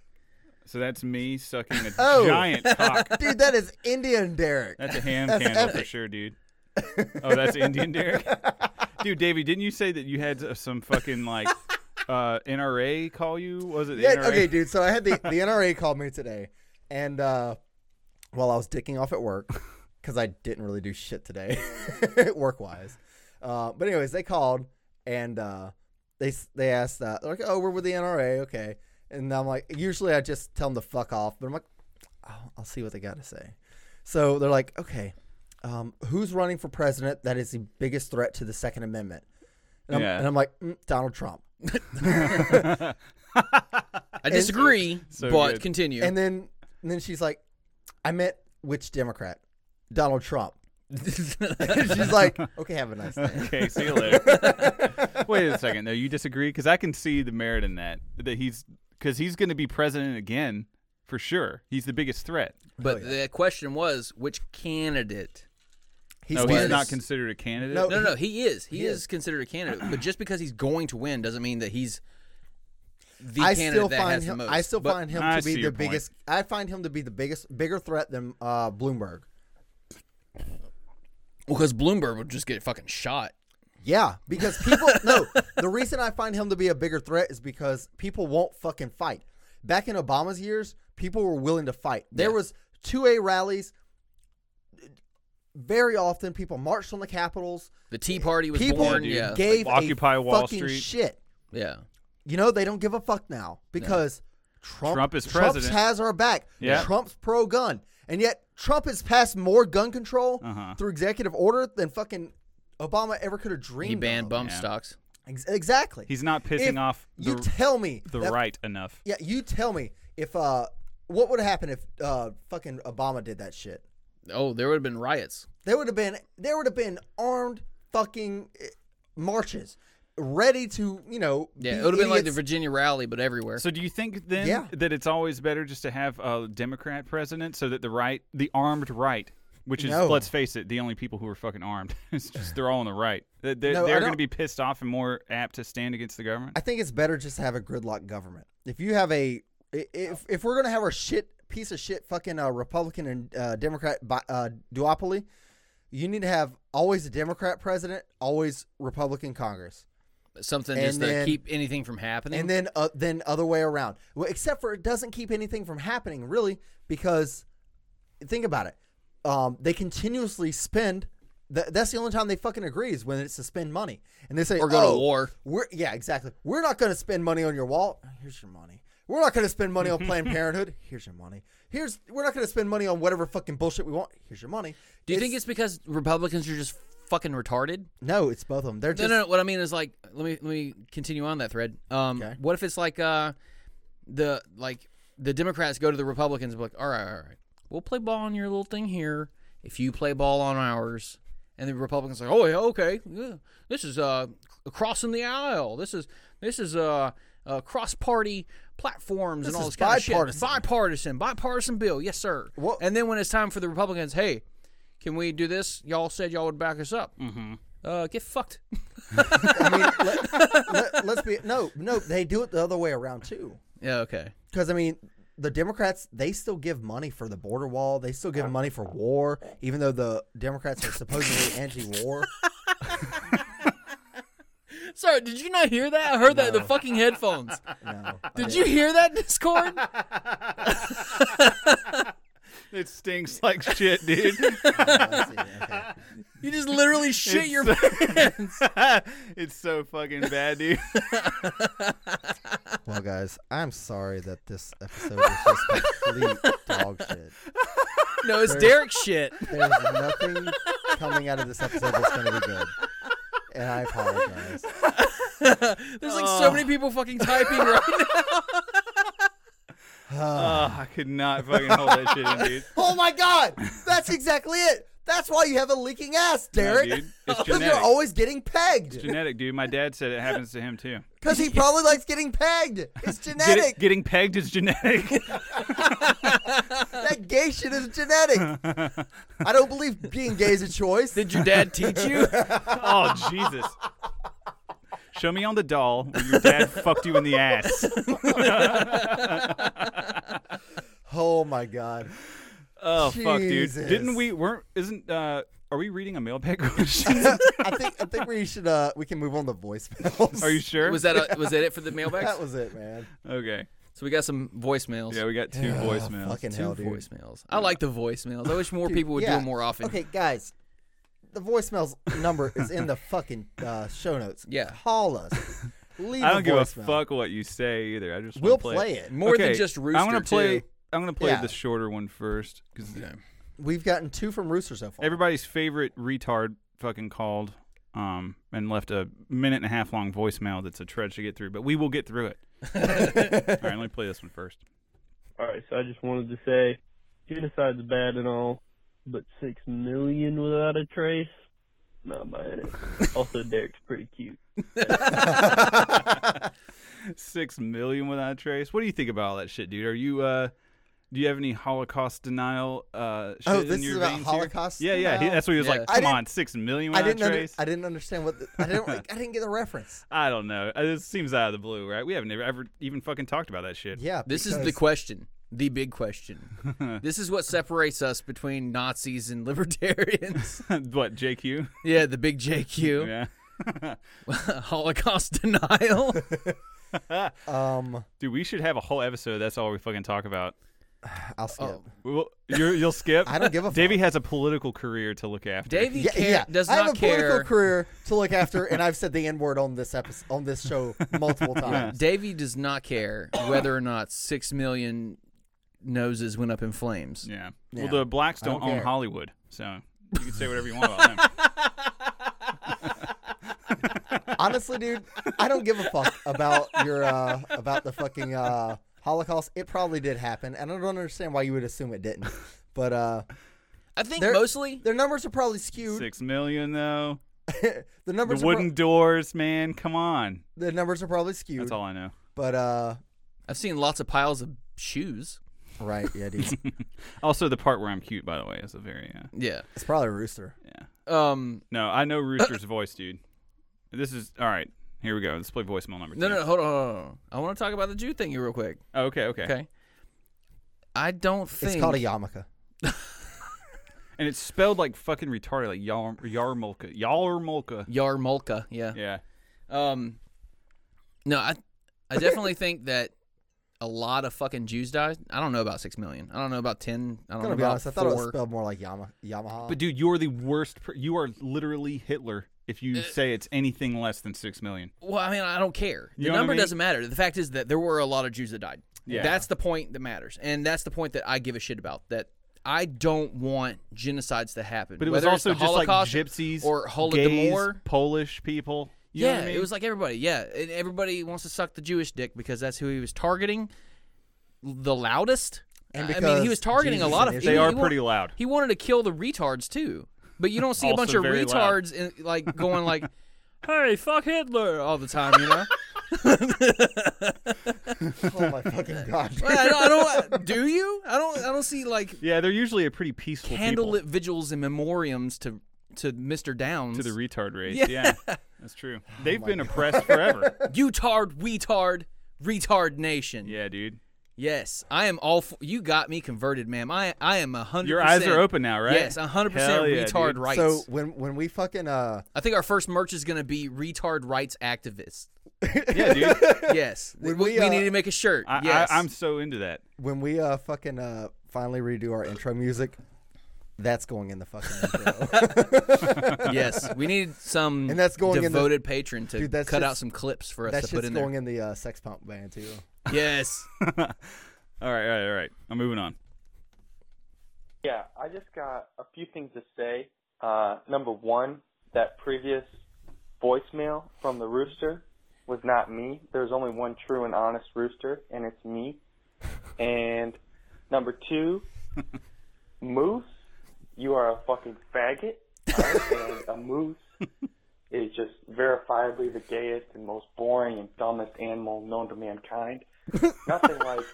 So that's me sucking a
Oh.
giant cock.
Dude, that is Indian Derek.
That's a ham
That's
candle for
epic.
sure, dude. Oh, that's Indian Derek. dude, Davey, didn't you say that you had uh, some fucking like uh, NRA call you? Was it
Yeah,
NRA?
okay, dude. So I had the, the NRA called me today, and uh, while I was dicking off at work, because I didn't really do shit today, work wise. Uh, but anyways, they called and uh, they s- they asked, uh, they're like, "Oh, we're with the NRA, okay." And I'm like, usually I just tell them to fuck off, but I'm like, I'll, I'll see what they got to say. So they're like, "Okay, um, who's running for president that is the biggest threat to the Second Amendment?" And I'm,
Yeah.
and I'm like, mm, Donald Trump.
I disagree,
So
but
good.
continue.
And then and then she's like, I meant which Democrat? Donald Trump. she's like, okay, have a nice day.
Okay, see you later. Wait a second, though. You disagree? Because I can see the merit in that. That he's because he's going to be president again for sure. He's the biggest threat.
but
oh,
the question was, which candidate?
No,
was-
he's not considered a candidate.
No.
No, no, he is. He,
he
is,
is.
considered a candidate, but just because he's going to win doesn't mean that he's the
I
candidate
still
that
find
has
him.
the most.
I still
But
find him
I
to
see
be the
your point.
biggest. I find him to be the biggest, bigger threat than uh, Bloomberg.
because Bloomberg would just get fucking shot.
Yeah, because people. no, the reason I find him to be a bigger threat is because people won't fucking fight. Back in Obama's years, people were willing to fight. There
Yeah.
was two A rallies. Very often, people marched on the capitals.
The Tea Party was
people
born.
dude.
Yeah,
gave
Like Occupy
a
Wall
fucking
Street.
shit.
yeah.
You know they don't give a fuck now because Trump,
Trump is president.
has our back.
Yeah.
Trump's pro gun, and yet Trump has passed more gun control
Uh-huh.
through executive order than fucking Obama ever could have dreamed.
He banned
of.
bump
Yeah.
stocks.
Ex- exactly.
He's not pissing
If
off
you
the-
tell me
the
that-
right enough.
Yeah, you tell me if uh, what would have happened if uh, fucking Obama did that shit?
Oh, there would have been riots.
There would have been there would have been armed fucking eh, marches ready to you know
Yeah,
be
it would have been like the
idiots.
Virginia rally, but everywhere.
So do you think then
Yeah.
that it's always better just to have a Democrat president so that the right, the armed right, which is
No.
let's face it, the only people who are fucking armed, it's just they're all on the right. They- They're,
No, I
they're going to
don't-
be pissed off and more apt to stand against the government.
I think it's better just to have a gridlock government. If you have a, i- if if we're gonna have our shit piece of shit fucking uh, Republican and uh, Democrat bi- uh, duopoly, you need to have always a Democrat president, always Republican Congress,
Something
and
just to
then-
keep anything from happening.
and then uh, then other way around. Well, except for it doesn't keep anything from happening really, because think about it, um, they continuously spend. Th- that's the only time they fucking agree is when it's to spend money, and they say
or go
"Oh,
to war.
We're yeah, exactly. We're not going to spend money on your wall. Here's your money. We're not going to spend money on Planned Parenthood. Here's your money. Here's we're not going to spend money on whatever fucking bullshit we want. Here's your money.
Do you think it's because Republicans are just fucking retarded?
no? It's both of them. They're
No,
just
no, no. What I mean is like, let me let me continue on that thread. Um,
Okay.
what if it's like uh, the like the Democrats go to the Republicans and be like, all right, all right, we'll play ball on your little thing here if you play ball on ours, and the Republicans are like, oh yeah, okay, yeah. this is uh c- crossing the aisle. This is this is uh. Uh, cross-party platforms and
This
all
is
this kind of shit.
bipartisan.
Bipartisan, bipartisan bill, yes sir.
What-
And then when it's time for the Republicans, hey, can we do this? Y'all said y'all would back us up. Mm-hmm. Uh, get fucked.
I mean, let, us be no, no. They do it the other way around too.
Yeah, okay.
Because I mean, the Democrats they still give money for the border wall. They still give money for war, even though the Democrats are supposedly anti-war.
Sorry, did you not hear that? I heard that in the fucking headphones.
No,
Did you hear that, Discord?
It stinks like shit, dude.
I see. Okay.
You just literally shit your pants.
it's so fucking bad, dude.
Well, guys, I'm sorry that this episode is just complete dog shit.
No, it's Derek shit.
There's nothing coming out of this episode that's going to be good. And I apologize.
There's like so many people fucking typing right now.
Uh.
Oh, I could not fucking hold that shit in, dude.
Oh my God! That's exactly it!
That's why you have a leaking ass,
Yeah,
Derek.
dude. It's
Because you're
genetic.
always getting pegged.
Genetic, dude. My dad said it happens to him too.
Because he probably likes getting pegged. It's
Get it-
genetic.
getting pegged is genetic.
That gay shit is genetic. I don't believe being gay is a choice.
Did your dad teach you?
oh Jesus! Show me on the doll where your dad fucked you in the ass.
Oh my god.
Oh fuck, dude.
Jesus.
Didn't we? Weren't? Isn't? uh Are we reading a mailbag question?
I think I think we should uh we can move on to voicemails.
Are you sure?
was that a, was that it for the mailbacks?
That was it, man.
okay?
so we got some voicemails.
Yeah, we got two voicemails.
Fucking
Two
hell, dude.
voicemails. I like the voicemails. I wish more
Dude,
people would do
yeah.
them more often.
Okay, guys, the voicemails number is in the fucking uh, show notes.
Yeah.
call us. Leave
I don't
a
give a
voicemail.
fuck what you say either. I just wanna
We'll
play,
play it.
More
Okay,
than just Rooster.
I'm gonna play.
too.
I'm gonna play
Yeah.
the shorter one first because
We've gotten two from Rooster so far.
everybody's favorite retard fucking called um, and left a minute and a half long voicemail that's a trudge to get through, but we will get through it. All right, let me play this one first.
All right, so I just wanted to say, genocide's bad and all, but six million without a trace, not buying it. also, Derek's pretty cute.
Six million without a trace. What do you think about all that shit, dude? Are you uh do you have any Holocaust denial uh shit
Oh,
in
this
your
is about
veins
Holocaust
here? Yeah, yeah. He,
denial?
that's what he was
Yeah.
like,
I
come on, six million
I
without
didn't.
a
Under,
trace.
I didn't understand what. The, I didn't. Like, I didn't get the reference.
I don't know. Uh, This seems out of the blue, right? We haven't ever, ever even fucking talked about that shit.
Yeah.
This is the
because-
question. The big question. this is what separates us between Nazis and libertarians.
what, JQ?
yeah, the big JQ.
Yeah.
Holocaust denial.
Um,
Dude, we should have a whole episode. That's all we fucking talk about.
I'll skip.
Oh,
Well, you're, you'll skip.
I don't give a fuck.
Davey has a political career to look after.
Davey
yeah,
care-
yeah.
does
I have
not
a
care.
political career to look after, and I've said the N word on this episode, on this show multiple times.
Davey does not care whether or not six million noses went up in flames.
Yeah.
Yeah.
Well, the blacks don't,
don't
own
care.
Hollywood, so you can say whatever you want about them.
Honestly, dude, I don't give a fuck about your uh, about the fucking uh, Holocaust. It probably did happen, and I don't understand why you would assume it didn't. But uh,
I think
They're-
mostly
their numbers are probably skewed.
Six million, though.
The
The
numbers
wooden
Are
doors, man. Come on.
pro- the numbers are probably skewed.
That's all I know.
But uh,
I've seen lots of piles of shoes.
right, yeah, dude,
Also, the part where I'm cute, by the way, is a very uh,
Yeah.
it's probably Rooster.
yeah.
Um.
No, I know Rooster's voice, dude. This is all right. Here we go. Let's play voicemail number two.
No, no, no, hold on, hold on, hold on. I want to talk about the Jew thing real quick.
Oh, okay, okay,
Okay. I don't think
It's called a yarmulke.
And it's spelled like fucking retarded, like Yar Yarmulka, Yarmulka.
Yarmulka. Yeah.
Yeah.
Um. No, I, I definitely think that a lot of fucking Jews died. I don't know about six million. I don't know about ten. I don't
I'm
know
gonna be
about
honest, I
four.
thought it was spelled more like Yama- Yamaha.
But dude, you're the worst. Per- you are literally Hitler if
Uh,
you say it's anything less than six million.
Well, I mean, I don't care. The
You know what I
number
mean?
doesn't matter. The fact is that there were a lot of Jews that died.
Yeah.
That's the point that matters. And that's the point that I give a shit about. That I don't want genocides to happen.
But it
Whether
was also
it's the
just like
Holocaust
gypsies
or
gays,
Holodomor.
Polish people. You know
yeah,
what I mean?
it was like everybody. Yeah, and everybody wants to suck the Jewish dick because that's who he was targeting the loudest.
And
I mean,
because
he was targeting
Jesus
a lot
and
of.
Israel-
They
he-
are
he wa-
pretty loud.
He wanted to kill the retards too, but you don't see a
Also
bunch of
very loud.
retards in, like going like, "Hey, fuck Hitler" all the time. You know?
oh my fucking god!
I don't, I don't- Do you? I don't. I don't see like
yeah, they're usually a pretty peaceful
candlelit vigils and memoriams to to Mr. Downs.
people to the retard race. Yeah, that's true.
Oh
They've been oppressed forever.
you tard, retard, retard nation.
yeah, dude.
Yes, I am all. For, you got me converted, ma'am. I I am a hundred.
Your eyes are open now, right?
Yes, a hundred percent
Hell yeah,
retard
dude.
rights.
So when when we fucking uh
I think our first merch is gonna be retard rights activists.
Yeah, dude.
Yes, we,
When we,
we
uh,
need to make a shirt.
I,
yes,
I, I'm so into that.
when we uh fucking uh finally redo our intro music, that's going in the fucking intro.
yes, we need some
And that's going in the-
devoted patron to
Dude, that's
cut out
just-
some clips for us
that
to put
shit's
in
going
there.
in the uh, sex pump band too.
Yes,
All right, all right, all right. I'm moving on.
Yeah, I just got a few things to say. Uh, number one, that previous voicemail from the rooster was not me. There's only one true and honest rooster, and it's me. And number two, Moose,
you are a fucking faggot, alright? and a moose is just verifiably the gayest and most boring and dumbest animal known to mankind. Nothing like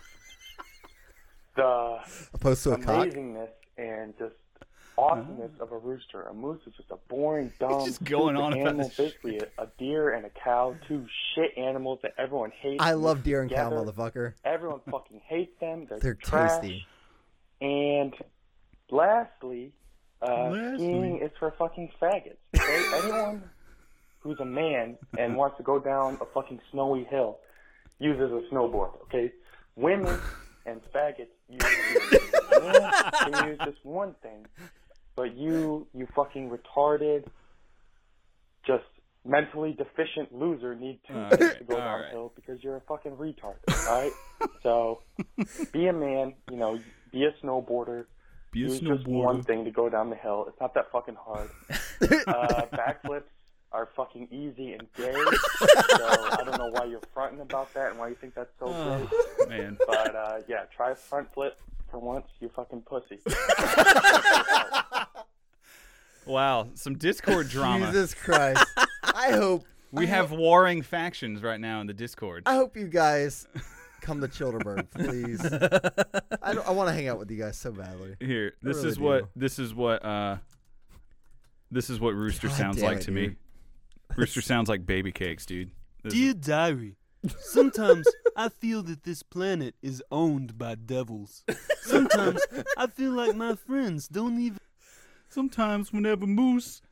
the
Opposed to a cock.
amazingness and just awesomeness of a rooster. A moose is just a boring, dumb,
just going
stupid
on about
animal.
this shit.
Basically, a, a deer and a cow, two shit animals that everyone hates.
I
mixed
love deer and cow,
together.
motherfucker.
Everyone fucking hates them. They're,
They're
trash.
tasty.
And lastly, uh,
Lastly.
skiing is for fucking faggots. Okay? Anyone who's a man and wants to go down a fucking snowy hill uses a snowboard. Okay, women and faggots use. skiing. Women can use this one thing, but you, you fucking retarded, just mentally deficient loser need two
All
things
right,
to go
all
downhill because you're a fucking retard. All right, so be a man. You know, be a snowboarder.
Be a
Use just one
snowboarder.
thing to go down the hill. It's not that fucking hard. uh, backflips are fucking easy and gay. so I don't know why you're fronting about that and why you think that's so great.
Man,
But uh, yeah, try a front flip for once, you fucking pussy.
wow, some Discord drama.
Jesus Christ. I hope
We have warring factions right now in the Discord.
I hope you guys come to Childerberg, please. I, don't- I want to hang out with you guys so badly.
Here, this
really
is what
do.
this is what uh this is what Rooster
God
sounds
damn
like
it,
to me.
dude.
Rooster sounds like baby cakes, dude. This is-
Dear diary, sometimes I feel that this planet is owned by devils. Sometimes I feel like my friends don't even.
sometimes whenever moose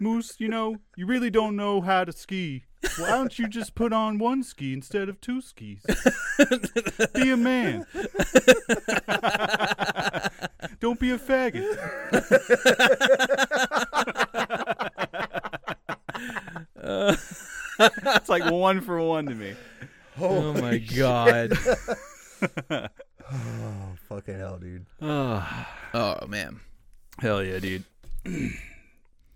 moose you know you really don't know how to ski why don't you just put on one ski instead of two skis be a man don't be a faggot it's like one for one to me
Oh my god.
Oh, fucking hell, dude.
oh man.
hell yeah dude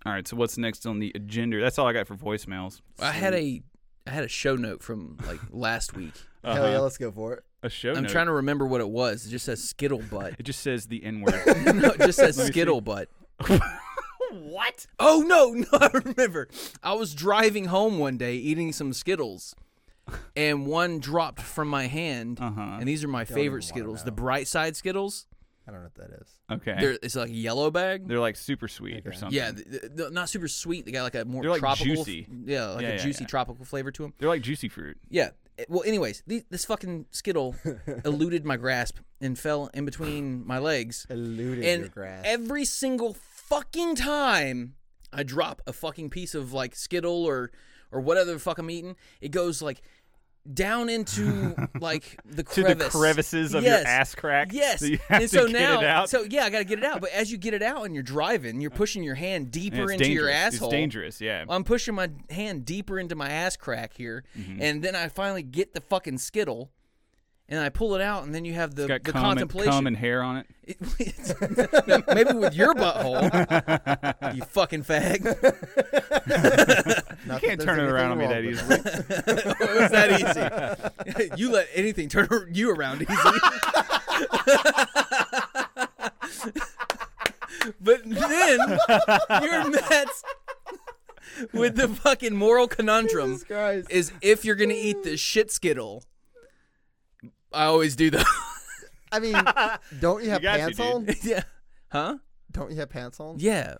all right so what's next on the agenda that's all i got for voicemails
I had a I had a show note from like last week.
Hell
Uh-huh.
yeah, let's go for it.
Uh, a show
I'm
note.
trying to remember what it was. It just says Skittle butt.
it just says the n word
no, it just says
Let me see.
Skittle butt. what? Oh no, no, I remember. I was driving home one day eating some Skittles. And one dropped from my hand,
Uh-huh.
and these are my favorite
even wanna
Skittles,
know.
the bright side Skittles.
I don't know what that is.
okay
They're, it's like a yellow bag.
Eh? They're like super sweet or something.
Yeah, th- th- th- not super sweet. They got like a more
They're, like,
tropical, f-
juicy.
yeah, like
Yeah,
a
yeah,
juicy
yeah.
tropical flavor to them.
They're like juicy fruit.
Yeah. Eh, Well, anyways, the, this fucking skittle eluded my grasp and fell in between my legs.
Eluded your
And
grass.
every single fucking time I drop a fucking piece of like skittle or or whatever the fuck I'm eating, it goes like down into like the
To the crevices of your
Yes.
ass crack
Yes.
that you have
and
to
so
get
now,
it out?
so yeah, I gotta get it out. But as you get it out and you're driving, you're pushing your hand
And
deeper
it's
into
dangerous.
your asshole.
It's dangerous, yeah.
I'm pushing my hand deeper into my ass crack here,
Mm-hmm.
and then I finally get the fucking skittle, and I pull it out, and then you have the,
it's got
the
cum, and,
contemplation.
cum and hair on it.
It- it's- no, maybe with your butthole, you fucking fag.
Not
You can't
that there's
turn it
anything
around on me
wrong
that
with
easily.
it was that easy. you let anything turn you around easy. but then you're met with the fucking moral conundrum
Jesus Christ.
is if you're gonna eat this shit skittle. I always do though.
I mean, don't you have
got you,
pants
dude.
on?
yeah. Huh?
Don't you have pants on?
Yeah.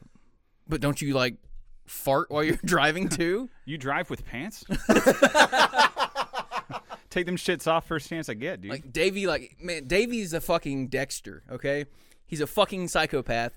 But don't you like fart while you're driving too?
You drive with pants? Take them shits off first chance I get, dude.
Like Davey, like man, Davey's a fucking Dexter. Okay, he's a fucking psychopath,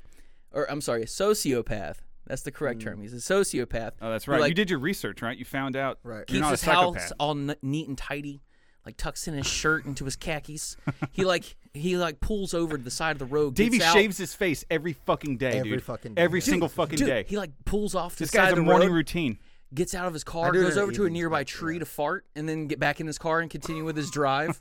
or I'm sorry, a sociopath. That's the correct term. He's a sociopath.
Hmm. oh, that's
who,
right.
Like,
you did your research, right? You found out
Right.
you're
keeps
not a
his house
psychopath.
all n- neat and tidy. Like tucks in his shirt into his khakis. he like he like pulls over to the side of the road.
Davey
gets out-
shaves his face every fucking day,
Every
dude.
fucking day.
Every
Dude,
single fucking
Dude,
day.
he like pulls off to
this
the side
guy's
of
a
the
morning
road,
routine.
Gets out of his
I
car,
do it
goes
in
over to a
evenings,
nearby
but, yeah.
tree to fart, and then get back in his car and continue with his drive.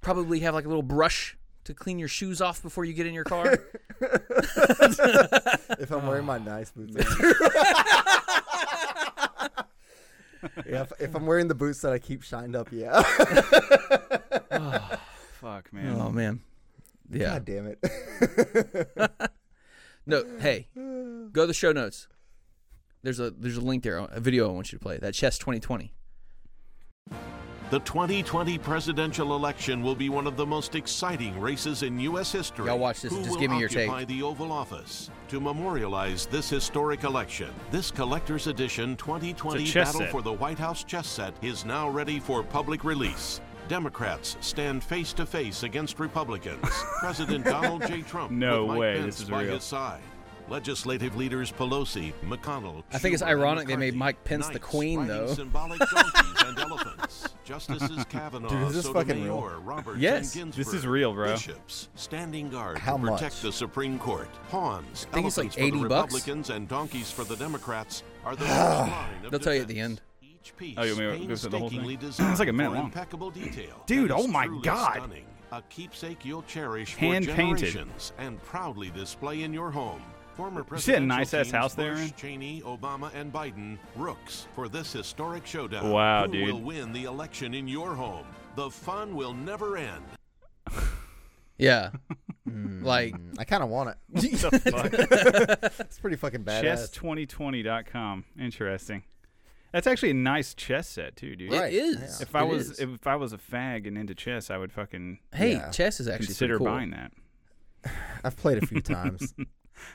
Probably have like a little brush to clean your shoes off before you get in your car.
If I'm wearing my nice boots. yeah, if, if I'm wearing the boots that I keep shined up, yeah.
Fuck, man. Oh,
Oh, man. Yeah.
God damn it.
No, hey, go to the show notes. There's a there's a link there, a video I want you to play. That chess 2020.
The 2020 presidential election will be one of the most exciting races in U.S. history.
Y'all watch this
Who
and just
will
give me your take.
occupy the Oval Office to memorialize this historic election? This collector's edition 2020
chess
battle
set.
for the White House chess set is now ready for public release. Democrats stand face to face against Republicans. President Donald J. Trump
No
with Mike
way,
Pence
this is
by
real.
his side. Legislative leaders Pelosi, McConnell.
I think it's
Schumer, and
ironic they made
McCarthy.
Mike Pence the
Knights
queen,
riding
though.
symbolic donkeys and elephants. Justices Kavanaugh,
Dude, is this fucking real?
Sotomayor, Roberts,
Yes.
and
This is
Ginsburg.
real, bro.
Bishops standing guard
How
to protect
much?
the Supreme Court. Pawns,
I think it's like
elephants for
80
the
bucks.
Republicans and donkeys for the Democrats are the first line of
They'll tell you at the
defense.
end.
Each piece
Oh, you mean it goes through the whole thing?
painstakingly
It's
designed
like a minute
for
long.
Impeccable detail.
Dude,
that is
oh my
truly
God.
Stunning. A keepsake you'll cherish for
Hand-painted.
generations and proudly display in your home. Former
You see that
president.
nice-ass house there,
Bush,
Aaron?
Cheney, Obama, and Biden rooks for this historic showdown.
Wow,
Who
dude.
will win the election in your home? The fun will never end.
Yeah.
Hmm.
like
Mm, I kind of want it.
What the fuck?
It's pretty fucking badass.
Chess2020.com. Interesting. That's actually a nice chess set too, dude.
Right.
it is.
yeah.
If I
It
was
is.
if I was a fag and into chess, I would fucking
hey,
Yeah.
chess is actually
consider
pretty cool.
buying that.
I've played a few times.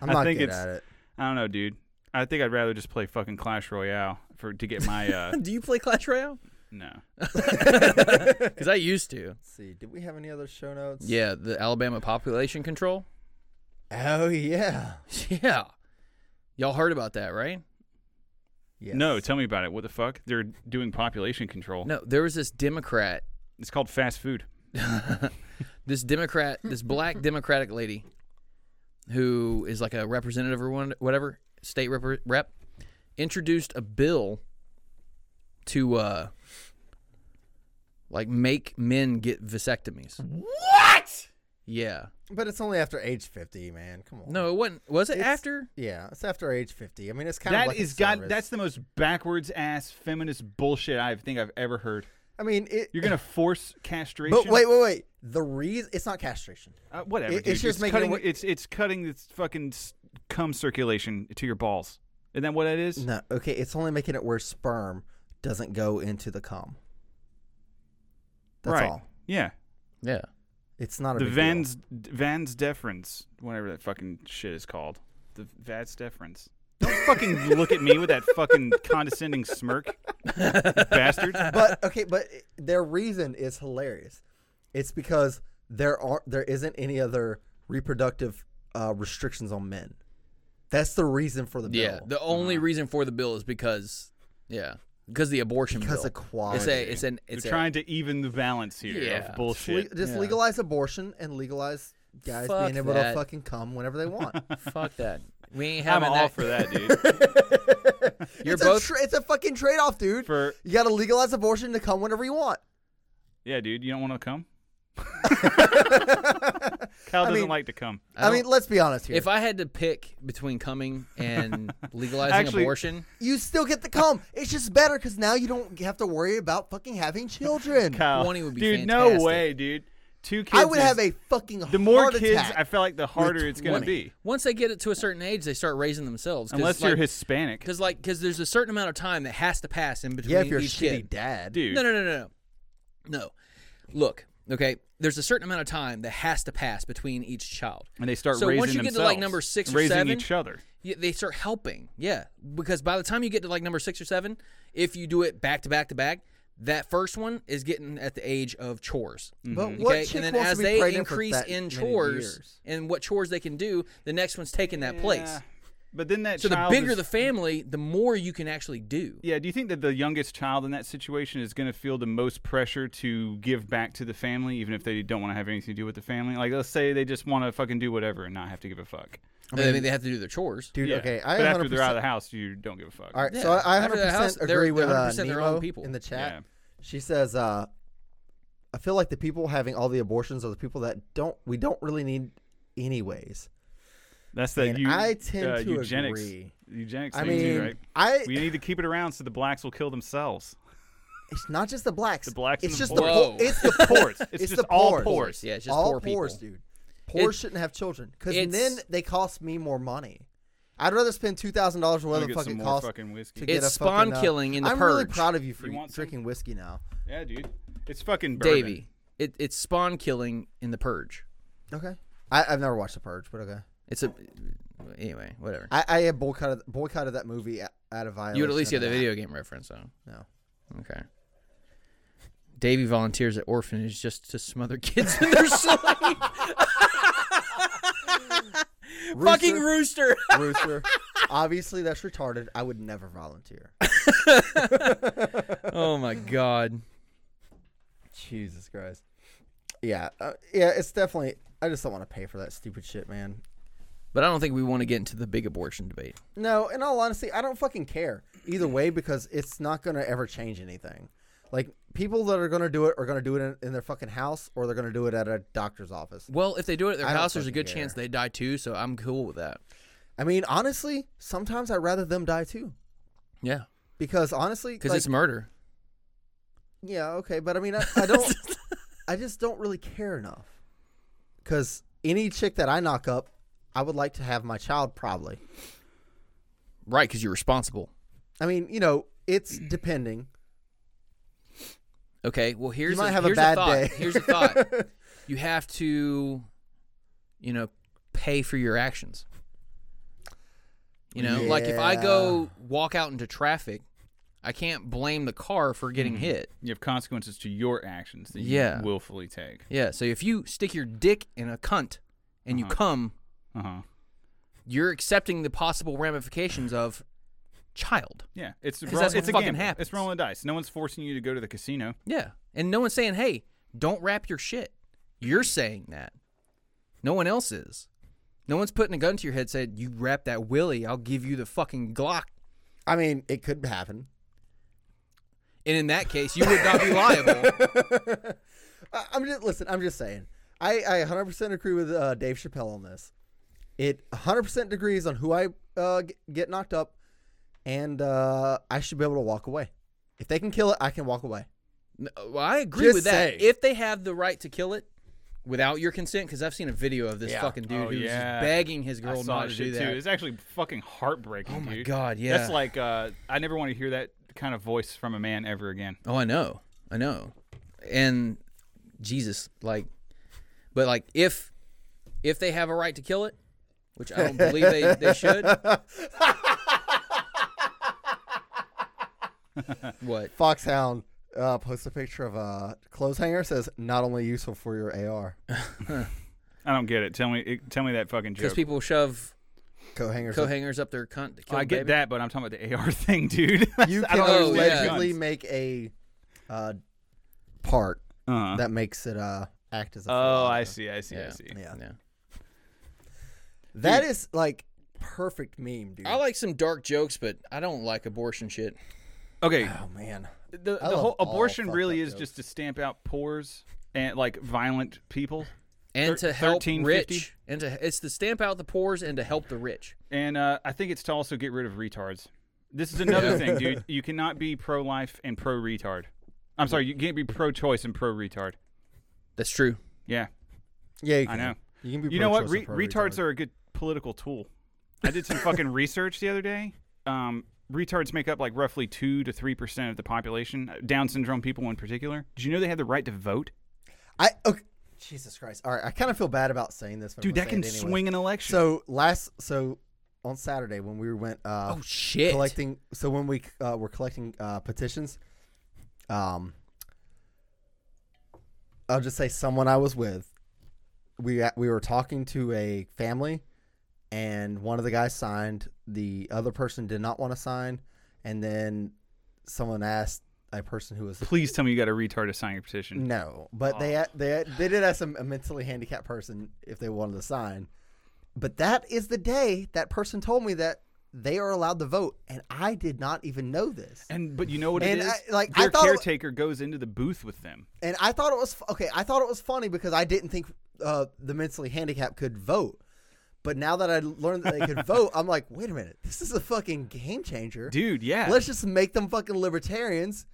I'm
I
not
think
good
it's-
at it.
I don't know, dude. I think I'd rather just play fucking Clash Royale for to get my uh
Do you play Clash Royale?
no.
Because I used to.
Let's see, did we have any other show notes?
Yeah, the Alabama population control.
Oh yeah.
Yeah. Y'all heard about that, right?
Yes.
No, tell me about it. What the fuck? They're doing population control.
No, there was this Democrat,
It's called fast food.
this Democrat, this black Democratic lady who is like a representative or one, whatever, state rep, rep introduced a bill to uh like make men get vasectomies. What? Yeah.
but it's only after age 50, man. Come on.
No, it wasn't. Was it
It's-
after?
Yeah, it's after age 50. I mean, it's kind of
That
like a
is god
service.
that's the most backwards ass feminist bullshit I think I've ever heard.
I mean, it.
You're gonna force castration.
But wait, wait, wait. The reason it's not castration.
Uh, whatever.
It-
dude.
it's just making
cutting.
it-
It's it's cutting this fucking s- cum circulation to your balls. Isn't that what it is?
No, okay. It's only making it where sperm doesn't go into the cum. That's
right.
all.
Yeah.
Yeah.
It's not a
The
big deal.
Vans Vans deferens, whatever that fucking shit is called. The Vats deferens. Don't fucking look at me with that fucking condescending smirk, you bastard.
But okay, but it- their reason is hilarious. It's because there are there isn't any other reproductive uh, restrictions on men. That's the reason for the bill.
Yeah. The only reason for the bill is because, yeah, because the abortion
because
bill.
equality.
It's a, it's an,
They're
it's a,
trying to even the balance here
Yeah.
of
Le-
bullshit.
just
Yeah.
legalize abortion and legalize guys
Fuck
being able
that.
to fucking come whenever they want.
fuck that. We ain't
I'm
having
all
that.
for that, dude.
You're
it's
both
a tra- it's a fucking trade off, dude.
For
you got to legalize abortion to come whenever you want.
yeah, dude. You don't want to come. Kyle doesn't
mean-
like to come.
I,
I
mean,
don't-
let's be honest here.
If I had to pick between coming and legalizing
Actually-
abortion,
you still get the cum. It's just better because now you don't have to worry about fucking having children.
Kyle,
20 would be
dude, no
fantastic.
way, dude. Two kids.
I would
is-
have a fucking
The more
heart
kids,
attack.
I feel like the harder it's going to
20.
be.
once they get it to a certain age, they start raising themselves.
Unless you're Hispanic,
because like because there's a certain amount of time that has to pass in between
yeah, if you're a
each
shitty
kid.
dad,
dude.
No, no, no, no, no. No. Look, okay. There's a certain amount of time that has to pass between each child.
And they start
so
raising
once you get to like
themselves,
number six or
raising
seven,
each other.
Yeah, they start helping. Yeah, because by the time you get to like number six or seven, if you do it back to back to back, that first one is getting at the age of chores.
But what
Mm-hmm. okay,
chick
and then
wants
as
to be
they
pregnant for
increase
that
in
many
chores
years?
and what chores they can do, the next one's taking that place.
But then that
So the
child
bigger
is-
the family, the more you can actually do.
yeah. Do you think that the youngest child in that situation is going to feel the most pressure to give back to the family, even if they don't want to have anything to do with the family? Like, let's say they just want to fucking do whatever and not have to give a fuck.
I mean, they have to do their chores.
dude.
Yeah.
Okay, I
but
100%,
after they're out of the house, you don't give a fuck.
All right,
Yeah,
so I, I
after
100%
the house, they're-
agree with
they're
uh,
100% their own
Nemo
people.
in the chat.
Yeah.
She says, uh, "I feel like the people having all the abortions are the people that don't we don't really need anyways."
That's the
And
eu-
I tend
uh,
to
eugenics.
agree.
Eugenics.
I
thing too,
mean,
right?
I
we need to keep it around so the blacks will kill themselves.
it's not just the blacks.
The blacks
It's
and
just
the
the
poor.
poor. It's the poor.
It's,
It's
just
the
all
poor.
poor.
Yeah, it's just
all
poor people.
poors, dude. Poor
It-
shouldn't have children because
it's-
then they cost me more money. I'd rather spend two thousand dollars or whatever
get
the
some
fuck it
more
costs
fucking whiskey.
to get
It's
a fucking,
spawn
uh,
killing in The
I'm really
Purge.
proud of you for
You want some?
drinking whiskey now.
Yeah, dude. It's fucking bourbon.
Davey. It, it's spawn killing in the purge.
Okay, I, I've never watched The Purge, but okay.
It's a anyway, whatever.
I, I had boycotted boycotted that movie out out of violence.
you would at least get the video game reference though.
No.
Okay. Davey volunteers at orphanage just to smother kids in their sleep. Fucking rooster.
Rooster. Obviously, that's retarded. I would never volunteer.
oh my god.
Jesus Christ. Yeah, uh, yeah. It's definitely. I just don't want to pay for that stupid shit, man.
But I don't think we want to get into the big abortion debate.
No, in all honesty, I don't fucking care either way because it's not gonna ever change anything. Like people that are gonna do it are gonna do it in, in their fucking house or they're gonna do it at a doctor's office.
Well, if they do it at their
I don't
house, there's a
fucking
good
care.
chance they die too, so I'm cool with that.
I mean, honestly, sometimes I'd rather them die too
Yeah.
because honestly,
Because
like,
it's murder.
Yeah, okay, but I mean, I, I don't. I just don't really care enough. Because any chick that I knock up, I would like to have my child. Probably.
Right, because you're responsible.
I mean, you know, it's depending.
Okay, well here's
might
a,
have a
here's
bad
thought.
day.
here's a thought. You have to you know, pay for your actions. You know, like if I go walk out into traffic, I can't blame the car for getting
Mm-hmm.
hit.
You have consequences to your actions that you
Yeah.
willfully take.
Yeah, so if you stick your dick in a cunt and
Uh-huh.
you come,
Uh huh.
you're accepting the possible ramifications of child.
Yeah, it's
Because
roll-
that's what
it's a
fucking
gamble.
happens.
It's rolling the dice. No one's forcing you to go to the casino.
Yeah. And no one's saying, hey, don't wrap your shit. You're saying that. No one else is. No one's putting a gun to your head saying, you wrap that willy, I'll give you the fucking Glock.
I mean, it could happen.
And in that case, you would not be liable.
I, I'm just listen. I'm just saying. I, I 100% agree with uh, Dave Chappelle on this. It 100% agrees on who I uh, g- get knocked up, and uh, I should be able to walk away. If they can kill it, I can walk away.
No, well, I agree
Just
with that.
saying.
If they have the right to kill it without your consent, because I've seen a video of this
Yeah.
fucking dude
Oh,
who was just
yeah.
begging his
I
girl
saw
not
that
to do
shit too.
that.
It's actually fucking heartbreaking.
Oh my
dude.
God, yeah.
That's like uh, I never want to hear that kind of voice from a man ever again.
Oh, I know, I know, and Jesus, like, but like if if they have a right to kill it, which I don't believe they, they should. what?
Foxhound uh, posts a picture of a clothes hanger. Says not only useful for your AR,
I don't get it. Tell me, it, tell me that fucking
Because
joke.
people shove
co hangers.
co hangers up their cunt to kill
Oh, I
the
get
baby.
that, but I'm talking about the AR thing, dude.
you
I
can
don't
Oh,
understand
yeah.
allegedly
guns.
make a uh, part
Uh-huh.
that makes it uh, act as a.
Oh,
full
I
auto.
see. I see.
Yeah.
I see.
Yeah,
Yeah.
that is like perfect meme, dude.
I like some dark jokes, but I don't like abortion shit.
Okay,
Oh man,
the,
I
the
love
whole
all
abortion
fucked
really
up
is
jokes.
just to stamp out pores and like violent people.
And
Thir-
to help
1350?
rich, and to it's to stamp out the poors and to help the rich.
And uh, I think it's to also get rid of retards. This is another thing, dude. You cannot be pro life and pro retard. I'm sorry, you can't be pro choice and pro retard.
That's true.
Yeah.
Yeah, you
I
can.
know.
You can be.
You know what? Re-
pro-choice or
retards
pro-retard.
are a good political tool. I did some fucking research the other day. Um, retards make up like roughly 2 to 3% of the population, uh, Down syndrome people in particular. Did you know they have the right to vote?
I okay. Jesus Christ! All right, I kind of feel bad about saying this, but I'm
Dude,
gonna
that
say
can
it anyway.
swing an election.
So last, so on Saturday when we went, uh,
Oh shit!
collecting. So when we uh, were collecting uh, petitions, um, I'll just say someone I was with, we uh, we were talking to a family, and one of the guys signed. The other person did not want to sign, and then someone asked a person who was
Please tell me you got a retard to sign your petition.
no, but
Oh.
they they they did ask a a mentally handicapped person if they wanted to sign. But that is the day that person told me that they are allowed to vote, and I did not even know this.
And but you know what
And
it is?
I- like, I
Their
thought it-
caretaker goes into the booth with them.
And I thought it was fu- okay. I thought it was funny because I didn't think uh, the mentally handicapped could vote. But now that I learned that they could vote, I'm like, wait a minute, this is a fucking game changer,
Dude, yeah.
Let's just make them fucking libertarians,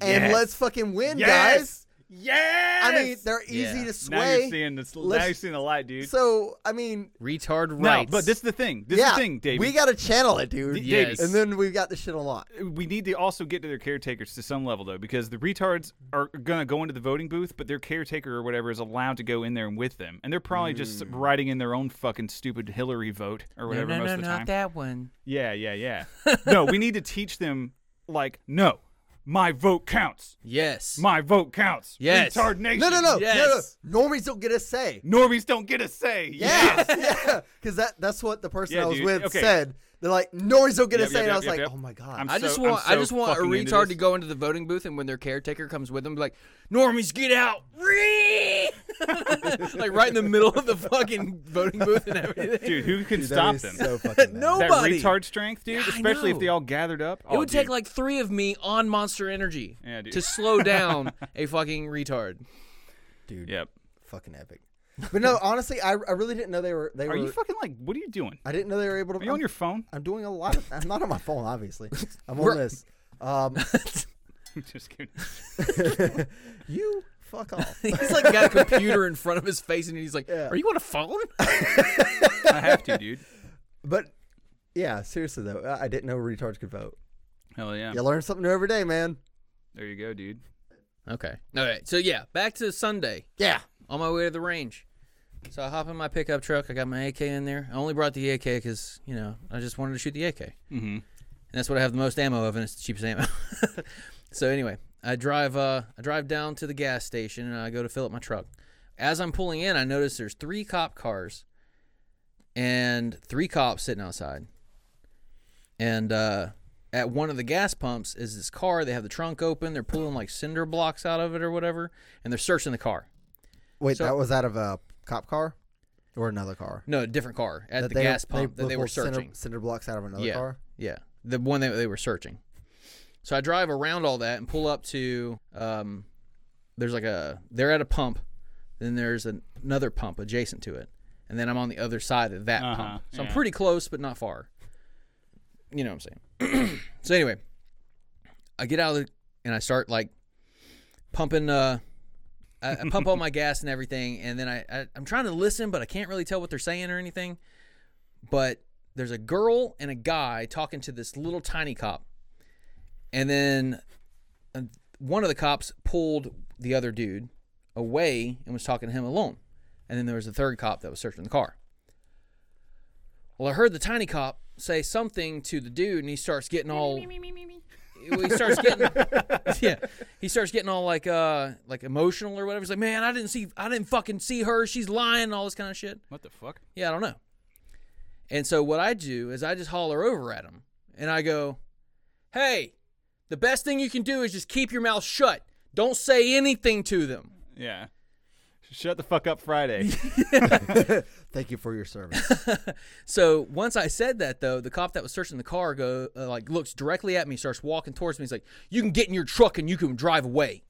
and
Yes.
let's fucking win,
Yes.
guys.
Yeah.
I mean, they're easy
Yeah.
to
Now you're
sway.
seeing the sl- now
Let's-
you're seeing the light, dude.
So I mean,
Retard
no,
rights.
but this is the thing. This
yeah,
is the thing, David.
we gotta channel it, dude.
D- Davey.
Yes.
And then we've got the shit unlocked.
we need to also get to their caretakers to some level though, because the retards are gonna go into the voting booth, but their caretaker or whatever is allowed to go in there and with them, and they're probably just writing in their own fucking stupid Hillary vote or whatever most of the time.
that one.
Yeah, yeah, yeah. no, we need to teach them like, no, my vote counts.
Yes.
My vote counts.
Yes.
Retard Nation.
No, no, no,
Yes.
no, no. Normies don't get a say.
Normies don't get a say.
Yeah, yeah. Because that that's what the person
Yeah,
I was
dude.
with
Okay.
said. They're like, normies don't get
Yep,
a say.
yep,
and
yep,
I was
yep,
like,
yep.
oh my god.
I'm
I just
so-
want
I'm
I
so
just want a
fucking into
retard
this.
to go into the voting booth and when their caretaker comes with them be like, Normies, get out. Ree! like right in the middle of the fucking voting booth and everything.
Dude, who can
Dude, that
stop
is
them?
So fucking
that
bad.
Nobody.
retard strength, dude.
I
especially if
know.
they all gathered up. Oh,
it would take like three of me on Monster Energy
Yeah, dude.
to slow down a fucking retard.
dude,
Yep.
fucking epic. But no, honestly, I, I really didn't know they were they were.
Are you fucking like? What are you doing?
I didn't know they were able to.
Are you on your phone?
I'm doing a lot. Of, I'm not on my phone, obviously. I'm
We're-
on this. Um,
Just kidding.
you fuck off.
He's like got a computer in front of his face and he's like,
Yeah.
Are you on a phone?
I have to, dude.
But yeah, seriously though, I I didn't know retards could vote.
Hell yeah.
You learn something new every day, man.
There you go, dude.
Okay. All right. So yeah, back to Sunday.
Yeah.
on my way to the range. So I hop in my pickup truck. I got my AK in there. I only brought the AK because you know I just wanted to shoot the AK, mm-hmm. and that's what I have the most ammo of, and it's the cheapest ammo. so anyway, I drive. Uh, I drive down to the gas station and I go to fill up my truck. As I'm pulling in, I notice there's three cop cars and three cops sitting outside. And uh, at one of the gas pumps is this car. They have the trunk open. They're pulling like cinder blocks out of it or whatever, and they're searching the car.
Wait,
So-
that was out of a cop car or another car?
No, a different car at the
they-
gas pump that they were
pulled cinder-
searching.
Cinder, blocks out of another
yeah,
car.
yeah, the one that they were searching. So I drive around all that and pull up to. Um, there's like a they're at a pump, then there's an, another pump adjacent to it, and then I'm on the other side of that pump. So I'm pretty close, but not far. You know what I'm saying? so anyway, I get out of the and I start like pumping. Uh, I, I pump all my gas and everything, and then I, I I'm trying to listen, but I can't really tell what they're saying or anything. But there's a girl and a guy talking to this little tiny cop, and then uh, one of the cops pulled the other dude away and was talking to him alone, and then there was a third cop that was searching the car. Well, I heard the tiny cop say something to the dude, and he starts getting all he starts getting yeah he starts getting all like uh like emotional or whatever he's like man i didn't see i didn't fucking see her she's lying and all this kind of shit
What the fuck?
yeah i don't know and so what i do is i just holler over at him and i go hey the best thing you can do is just keep your mouth shut don't say anything to them
Yeah. Shut the fuck up, Friday.
Thank you for your service.
So once I said that, though, the cop that was searching the car go uh, like looks directly at me, starts walking towards me. He's like, "You can get in your truck and you can drive away."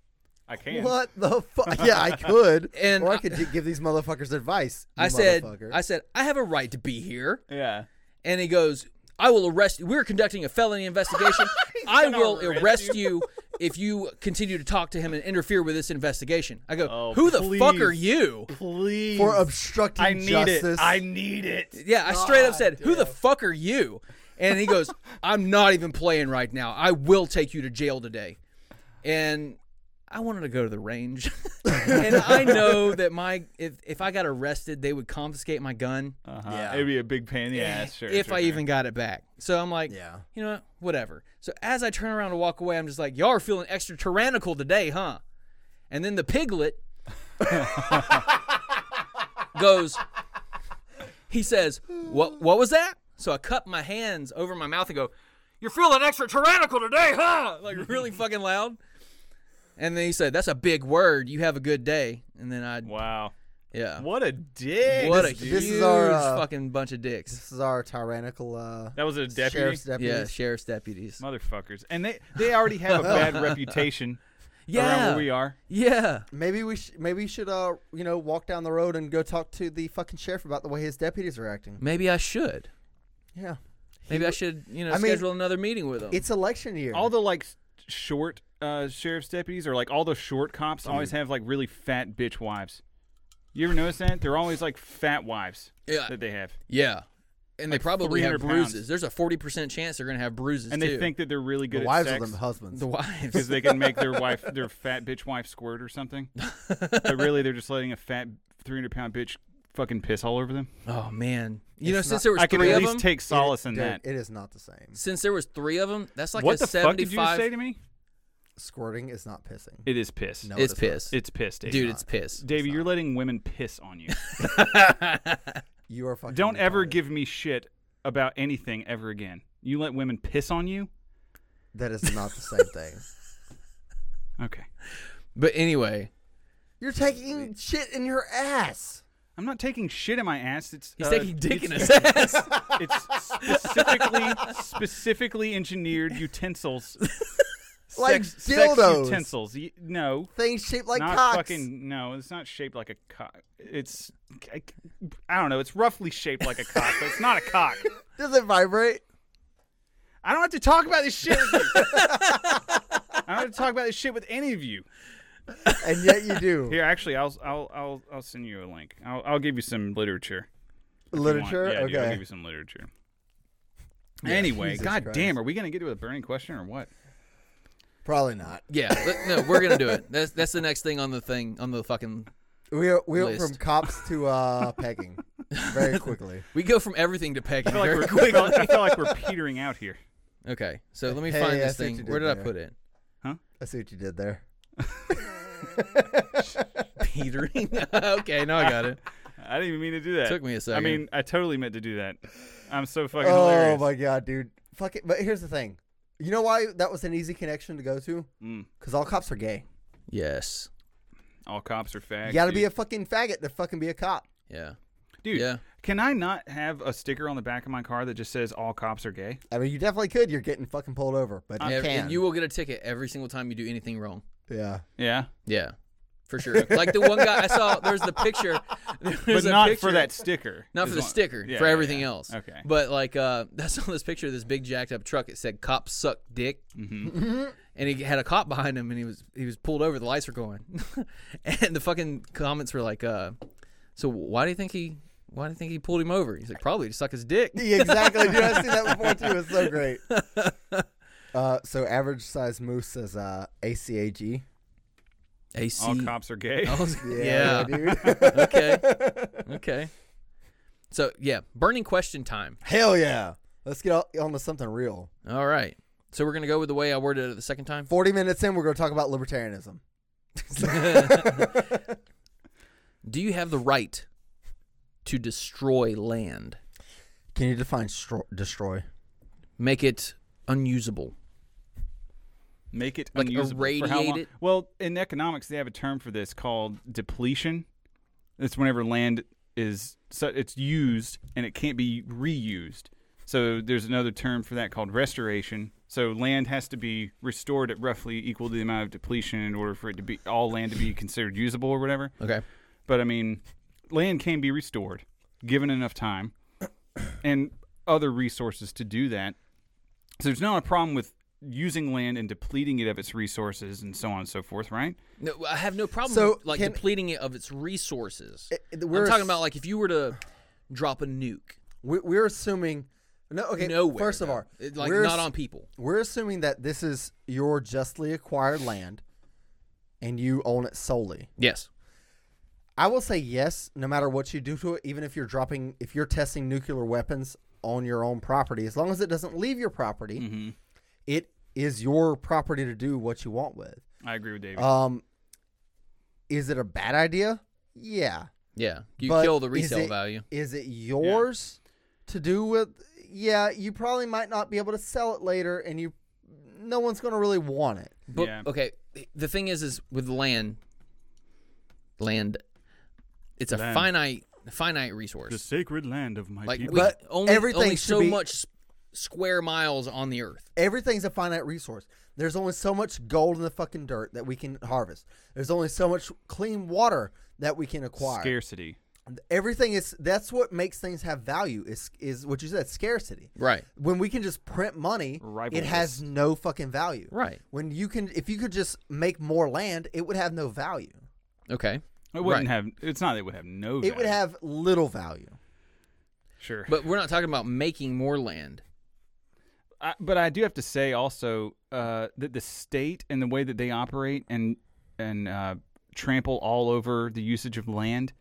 I can.
what the fuck? Yeah, I could,
And
or I
I-
could ju- give these motherfuckers advice. you
I said,
motherfucker.
"I said I have a right to be here."
Yeah.
and he goes, "I will arrest you. We're conducting a felony investigation. I will arrest, you. if you continue to talk to him and interfere with this investigation." I go,
Oh,
"Who the fuck
please.
are you?"
Please.
for obstructing
I need
justice.
it. I need it.
Yeah, I straight up said, "Who the fuck are you?" And he goes, "I'm not even playing right now. I will take you to jail today." And I wanted to go to the range, and I know that my if if I got arrested, they would confiscate my gun.
Uh-huh. It'd be a big pain in the ass. Sure.
if
sure,
I
sure.
even got it back. So I'm like,
Yeah.
you know what? Whatever. So as I turn around to walk away, I'm just like, y'all are feeling extra tyrannical today, huh? And then the piglet goes, he says, what, what was that? So I cup my hands over my mouth and go, you're feeling extra tyrannical today, huh? Like really fucking loud. And then he said, that's a big word. You have a good day. And then I,
Wow.
yeah.
What a dick.
What a
dude.
huge
this is our, uh,
fucking bunch of dicks.
this is our tyrannical. Uh,
That was a deputy.
sheriff's deputy.
Yeah, sheriff's deputies.
Motherfuckers. And they they already have a bad reputation around
Yeah.
where we are.
Yeah.
Maybe we sh- maybe you should uh you know walk down the road and go talk to the fucking sheriff about the way his deputies are acting.
Maybe I should.
Yeah,
Maybe I should, you know,
I mean,
schedule another meeting with him.
it's election year.
All the like s- short uh, sheriff's deputies or like all the short cops
Mm.
always have like really fat bitch wives. You ever notice that? They're always like fat wives
Yeah.
that they have,
Yeah. And they probably have
300 pounds.
bruises. There's a 40% chance they're going to have bruises
and
too.
they think that they're really good
The
at
wives
sex
of them husbands.
the wives.
because they can make their wife, their fat bitch wife, squirt or something. but really, they're just letting a fat 300 pound bitch fucking piss all over them.
Oh man! You know,
It's
since
not-
there was
I can
three
at
of
least
them,
take solace in
Dude,
that.
It is not the same.
since there was three of them, that's like
what
a
the fuck did you just
seventy-five.
say to me?
Squirting is not pissing.
It is piss.
No,
It's
it is not.
piss,
It's piss, Dave.
dude. It's piss.
Davey, you're letting women piss on you.
You are fucking.
Don't ever
retarded.
give me shit about anything ever again. You let women piss on you?
That is not the same thing.
Okay.
But anyway,
You're taking shit in your ass.
I'm not taking shit in my ass. It's
he's
uh,
taking dick in
it's,
his ass.
it's specifically specifically engineered utensils.
Like
sex, sex
dildos.
utensils. Y- No.
Things shaped like
not
cocks.
fucking no, it's not shaped like a cock. It's I, I don't know, it's roughly shaped like a cock, but it's not a cock.
Does it vibrate?
I don't have to talk about this shit with you. I don't have to talk about this shit with any of you.
And yet you do.
Here, actually, I'll I'll I'll, I'll send you a link. I'll, I'll give you some literature. if you want.
Literature.
Yeah, dude, I'll give
okay.
you some literature. anyway,
Jesus
god
Christ.
damn, are we gonna get to a burning question or what?
Probably not.
yeah, let- no, we're gonna do it. That's that's the next thing on the thing on the fucking.
We are, we went
List.
from cops to uh, pegging very quickly.
We go from everything to pegging
I feel like
very
we're I
quick.
feel, I feel like we're petering out here.
Okay, so let me
Hey,
find
I
this
see what you
thing.
did
Where did I
there.
put it?
I see what you did there.
Petering. okay, now I got it.
I didn't even mean to do that.
Took me a
I
second.
mean, I totally meant to do that. I'm so fucking
Oh
hilarious.
my god, dude. Fuck it. But here's the thing. You know why that was an easy connection to go to?
Mm.
Because all cops are gay.
Yes.
All cops are fags.
You got to
dude.
be a fucking faggot to fucking be a cop.
Yeah.
dude.
Yeah.
Can I not have a sticker on the back of my car that just says all cops are gay?
I mean, you definitely could. You're getting fucking pulled over, but you
Ev-
can.
and you will get a ticket every single time you do anything wrong.
yeah.
Yeah,
Yeah, for sure. Like the one guy I saw, there's the picture, there's
but
a
not
picture-
for that sticker.
not for
Is
the
what-
sticker,
Yeah,
for
yeah,
everything
yeah.
else.
Okay.
But like, uh, I saw this picture of this big jacked up truck. It said "cops suck dick,"
Mm-hmm.
and he had a cop behind him, and he was he was pulled over. The lights were going, and the fucking comments were like, uh, "So why do you think he?" Why do you think he pulled him over? He's like, probably to suck his dick.
Yeah, exactly. Dude, I've seen that before too. It's so great. Uh, so average size moose says uh, ACAG.
AC.
All cops are gay.
I was-
Oh,
yeah.
Yeah, dude.
Okay. Okay. So yeah, burning question time.
Hell yeah. Let's get on onto something real.
All right. So we're gonna go with the way I worded it the second time.
Forty minutes in, we're going to talk about libertarianism.
Do you have the right to destroy land,
Can you define stro- destroy?
make it unusable?
Make it
Like
unusable for how
irradiate
long?
it?
Well, in economics, they have a term for this called depletion. It's whenever land is so it's used and it can't be reused. So there's another term for that called restoration. So land has to be restored at roughly equal to the amount of depletion in order for it to be all land to be considered usable or whatever.
Okay.
But I mean, land can be restored given enough time and other resources to do that. So there's not a problem with using land and depleting it of its resources and so on and so forth, right?
No, I have no problem
So,
with, like
can-
depleting it of its resources.
It- it-
I'm
we're
talking
ass-
about like if you were to drop a nuke
We- We're assuming. No, okay.
nowhere.
first of
though.
all,
It- like
we're
not
ass-
on people.
We're assuming that this is your justly acquired land, and you own it solely.
Yes.
I will say yes, no matter what you do to it, even if you're dropping, if you're testing nuclear weapons on your own property, as long as it doesn't leave your property,
Mm-hmm.
it is your property to do what you want with.
I agree with David.
Um, is it a bad idea? Yeah.
Yeah. You
but
kill the
is
resale
it-
value.
Is it yours to do with? Yeah, you probably might not be able to sell it later, and you, no one's going to really want it.
But
Yeah.
okay, the thing is, is with land, land, it's a
Land.
finite, finite resource.
the sacred land of my
like we,
people.
But
only,
everything
only
should
so
be-
much s- square miles on the earth.
Everything's a finite resource. There's only so much gold in the fucking dirt that we can harvest. There's only so much clean water that we can acquire.
Scarcity.
Everything is that's what makes things have value is is what you said scarcity.
Right.
When we can just print money,
Rivalrous.
it has no fucking value.
Right.
When you can if you could just make more land, it would have no value.
Okay.
It wouldn't
Right.
have. It's not. that It would have no.
It would
value.
have little value.
Sure.
But we're not talking about making more land.
I, but I do have to say also uh, that the state and the way that they operate and and uh, trample all over the usage of land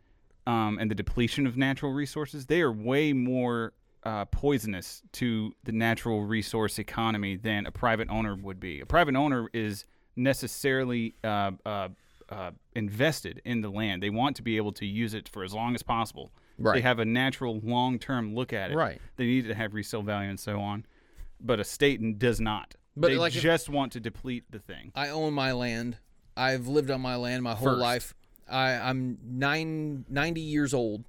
um, and the depletion of natural resources, they are way more uh, poisonous to the natural resource economy than a private owner would be. A private owner is necessarily uh, uh, uh, invested in the land. They want to be able to use it for as long as possible. They
Right.
have a natural long term look at it.
Right.
They need to have resale value and so on but a state does not.
But,
they
like, if-
just want to deplete the thing.
I own my land. I've lived on my land my whole
First.
life. I, I'm nine, 90 years old.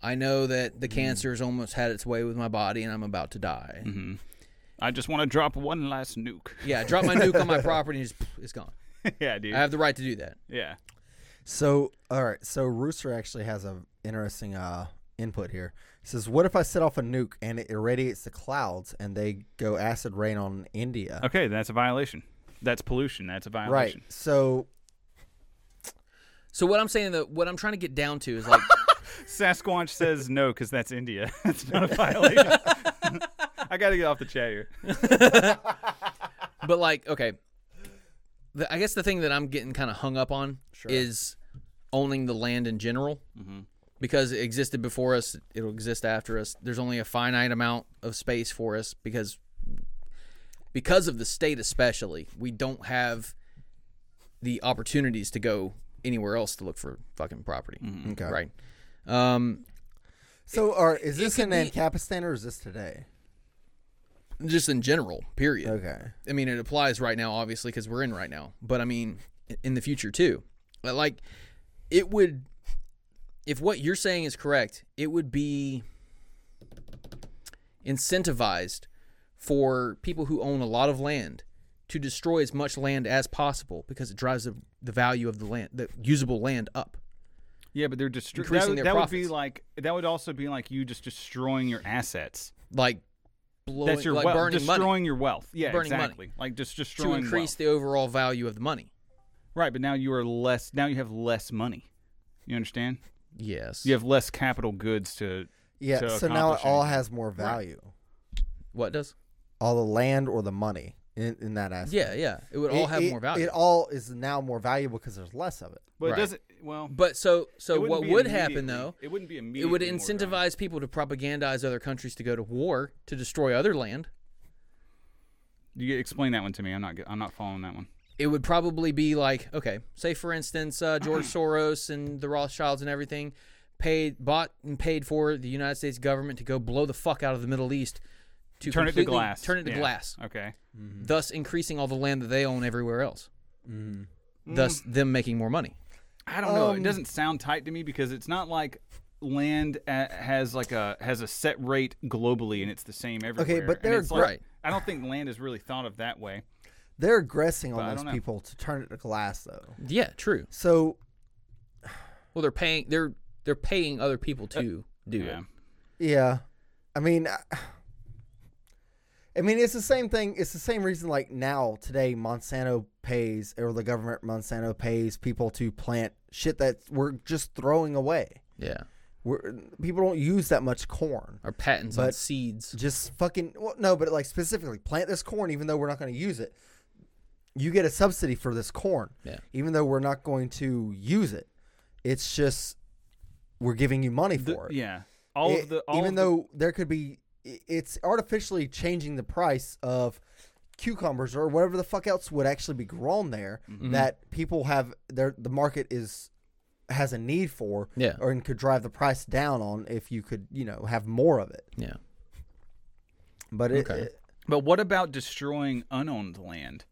I know that
Mm-hmm.
the cancer's almost had its way with my body and I'm about to die.
Mm-hmm. I just want to drop one last nuke.
Yeah, drop my nuke on my property and just, it's gone.
yeah, dude.
I have the right to do that.
yeah.
So, all right. So Rooster actually has a interesting uh, input here. He says, "What if I set off a nuke and it irradiates the clouds and they go acid rain on India?"
Okay, that's a violation. That's pollution. That's a
right.
violation.
So,
So what I'm saying that what I'm trying to get down to is like
Sasquatch says no because that's India. that's not a violation. I got to get off the chat here.
but like okay the, i guess the thing that i'm getting kind of hung up on is owning the land in general because it existed before us it'll exist after us there's only a finite amount of space for us because because of the state especially we don't have the opportunities to go anywhere else to look for fucking property
okay.
right um
So, all right, is this
could
in
be-
Ancapistan or is this today?
just in general period
Okay.
I mean, it applies right now, obviously, because we're in right now. But I mean, in the future too. But like, it would, if what you're saying is correct, it would be incentivized for people who own a lot of land to destroy as much land as possible because it drives the, the value of the land, the usable land, up.
Yeah, but they're destroying.
Increasing
That, would-
their
that would be
profits.
like that would also be like you just destroying your assets.
Like, blowing,
that's your
like
wealth.
burning
Destroying
money
your wealth. Yeah,
Burning money.
exactly. Like just
to
destroying
increase
wealth.
the overall value of the money.
right, but now you are less. Now you have less money. You understand?
Yes.
You have less capital goods to.
Yeah.
to
so now it
accomplish
all
anything.
has more value.
What does?
All the land or the money in, in that aspect.
Yeah, yeah. It would all
It-
have
it-
more value.
It all is now more valuable because there's less of it.
But
Right.
it doesn't. Well,
But so
it
so
wouldn't
what
be
would happen
immediately-
though?
It wouldn't be
It
immediately.
would
more value.
incentivize people to propagandize other countries to go to war to destroy other land.
You explain that one to me. I'm not. g- I'm not following that one.
It would probably be like, okay, say for instance, uh, George Soros and the Rothschilds and everything paid, bought and paid for the United States government to go blow the fuck out of the Middle East to
Turn it to
completely-
glass.
turn it to
Yeah. Mm-hmm.
glass,
Okay.
thus increasing all the land that they own everywhere else,
Mm-hmm.
thus
Mm.
them making more money.
I don't
Um,
know. It doesn't sound tight to me because it's not like land a- has like a has a set rate globally and it's the same everywhere.
but
And
they're
it's like-
right.
I don't think land is really thought of that way.
They're aggressing
But I
on
don't
those
know.
people to turn it to glass, though.
Yeah, true.
So
Well, they're paying they're they're paying other people to do
Uh, Yeah.
it.
Yeah, I mean, I, I mean, it's the same thing. It's the same reason. Like now, today, Monsanto pays, or the government Monsanto pays people to plant shit that we're just throwing away.
Yeah.
We're people don't use that much corn.
or patents on
But-
seeds.
Just fucking well, no, but like specifically plant this corn, even though we're not going to use it. You get a subsidy for this corn,
Yeah.
even though we're not going to use it. It's just we're giving you money
The-
for it.
yeah. All
It-
of the all
even
of the-
though there could be i- it's artificially changing the price of cucumbers or whatever the fuck else would actually be grown there
Mm-hmm.
that people have their the market is has a need for
Yeah.
or and could drive the price down on if you could you know have more of it
Yeah.
but it,
Okay.
it-
but what about destroying unowned land?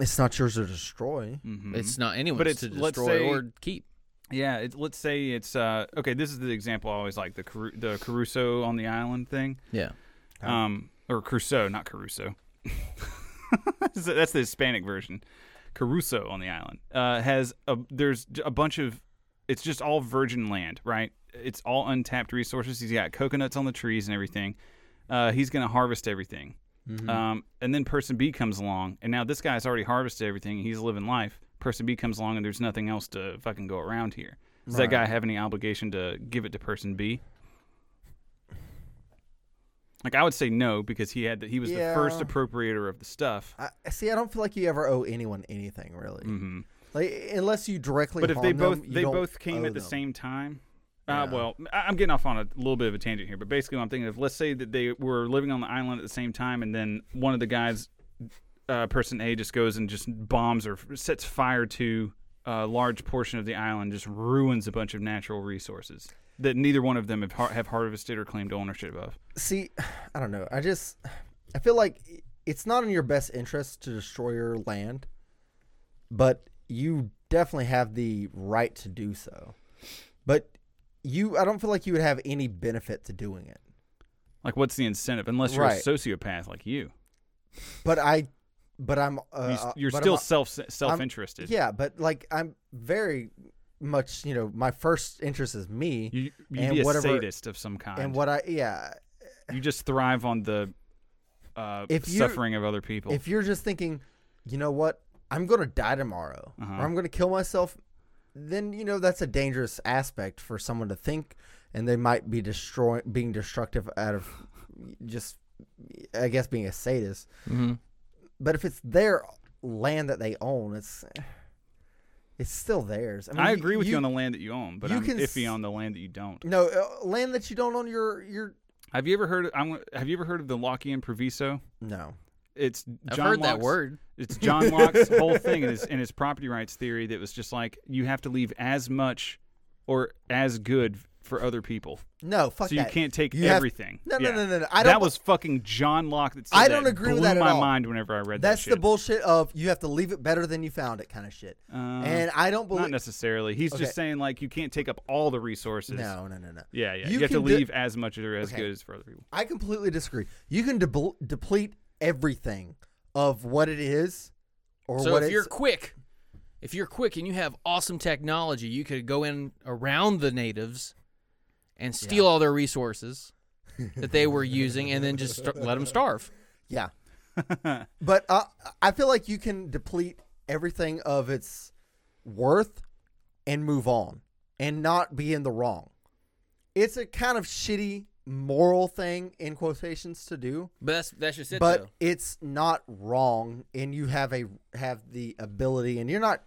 it's not yours to destroy
Mm.
Mm-hmm. It's not anyone's
But it's-
to
let's
destroy
say-
or keep.
Yeah, it, let's say it's uh, okay. This is the example I always like the Caru- the Caruso on the island thing.
Yeah.
um, or Crusoe, not Caruso. that's the- that's the Hispanic version. Caruso on the island uh, has a, there's j- a bunch of it's just all virgin land, right? It's all untapped resources. He's got coconuts on the trees and everything. Uh, he's going to harvest everything. Um, and then person B comes along, and now this guy's already harvested everything. and He's living life. Person B comes along, and there's nothing else to fucking go around here. Does that guy have any obligation to give it to person B? Like I would say no because he had the, he was the first
Yeah.
appropriator of the stuff.
I, see, I don't feel like you ever owe anyone anything, really. Mm-hmm. Like unless you directly.
But if they
harm them,
both
you
they
don't
both came
owe
at the
them.
same time, uh, well, I- I'm getting off on a little bit of a tangent here. But basically, what I'm thinking of let's say that they were living on the island at the same time, and then one of the guys, uh, person A, just goes and just bombs or sets fire to a large portion of the island, just ruins a bunch of natural resources that neither one of them have, har- have harvested or claimed ownership of.
see i don't know i just i feel like it's not in your best interest to destroy your land but you definitely have the right to do so but you i don't feel like you would have any benefit to doing it
Like, what's the incentive? Unless you're a
Right.
sociopath like you,
but i but i'm
You s-
uh,
you're
but I'm
still
a-
self self
I'm-
interested.
yeah but like i'm very much you know my first interest is me
you you'd
and
be a
whatever
sadist of some kind.
and what i yeah
You just thrive on the uh,
If you-
suffering of other people.
if you're just thinking, you know what, I'm gonna die tomorrow,
Uh-huh.
or I'm gonna kill myself, then you know that's a dangerous aspect for someone to think, and they might be destroying, being destructive out of just, I guess, being a sadist.
Mm-hmm.
But if it's their land that they own, it's it's still theirs. I, mean,
I agree with you, on the land that you own, but
you
I'm
can
iffy
s-
on the land that you don't.
no uh, land that you don't own. Your your
Have you ever heard? I'm, gonna- have you ever heard of the Lockean Proviso?
no.
It's
I've
John
heard that
Locke's-
word.
It's John Locke's whole thing in his, in his property rights theory that was just like you have to leave as much or as good for other people,
No, fuck
so you
that.
can't take
You have-
everything.
No, no,
Yeah.
no, no, no. I
that
don't-
was fucking John Locke. That said
I don't
that.
agree
Blew
with that at
my
all.
mind whenever I read
That's
that.
the bullshit of you have to leave it better than you found it kind of shit. and I don't
Uh, Not
believe
necessarily. He's
Okay.
just saying like you can't take up all the resources.
No, no, no, no.
Yeah, yeah. You, have to
can de-
leave as much or as
Okay.
good as for other people.
I completely disagree. You can debl deplete everything of what it is, or
So
what
if you're
it's-
quick, if you're quick and you have awesome technology, you could go in around the natives and steal all their resources that they were using, and then just st- let them starve.
yeah. but uh, I feel like you can deplete everything of its worth and move on and not be in the wrong. It's a kind of shitty moral thing in quotations to do,
But that's that's just it.
but
though.
it's not wrong, and you have a have the ability, and you're not.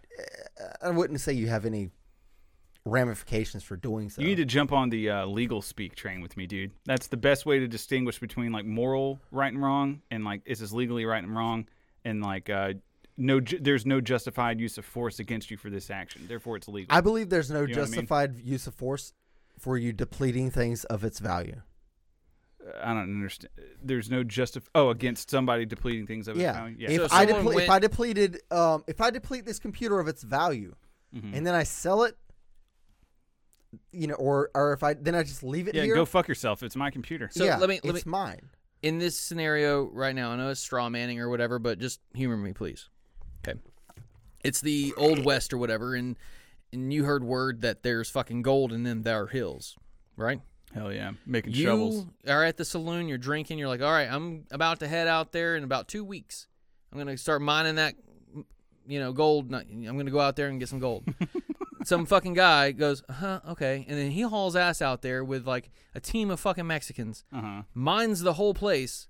I wouldn't say you have any ramifications for doing so.
You need to jump on the uh, legal speak train with me, dude. That's the best way to distinguish between like moral right and wrong, and like is this legally right and wrong, and like uh, no, ju- there's no justified use of force against you for this action. Therefore, it's legal.
I believe there's no
know what I mean?
justified use of force for you depleting things of its value.
I don't understand. There's no justif. Oh, against somebody depleting things of its
Yeah.
value?
If
So if
I
someone
deplete, if
went-
I depleted, um, if I deplete this computer of its value,
Mm-hmm.
and then I sell it, you know, or or if I then I just leave it
yeah,
here.
go fuck yourself. It's my computer.
So
yeah,
let me- let
it's
me-
mine.
in this scenario right now, I know it's straw manning or whatever, but just humor me, please. Okay. It's the old west or whatever, and and you heard word that there's fucking gold in them there hills, right?
Hell yeah, making
you
shovels.
are at the saloon, you're drinking, you're like, all right, I'm about to head out there in about two weeks. I'm gonna start mining that, you know, gold. Not- I'm gonna go out there and get some gold. Some fucking guy goes, huh, okay, and then he hauls ass out there with like a team of fucking Mexicans,
Uh huh.
mines the whole place,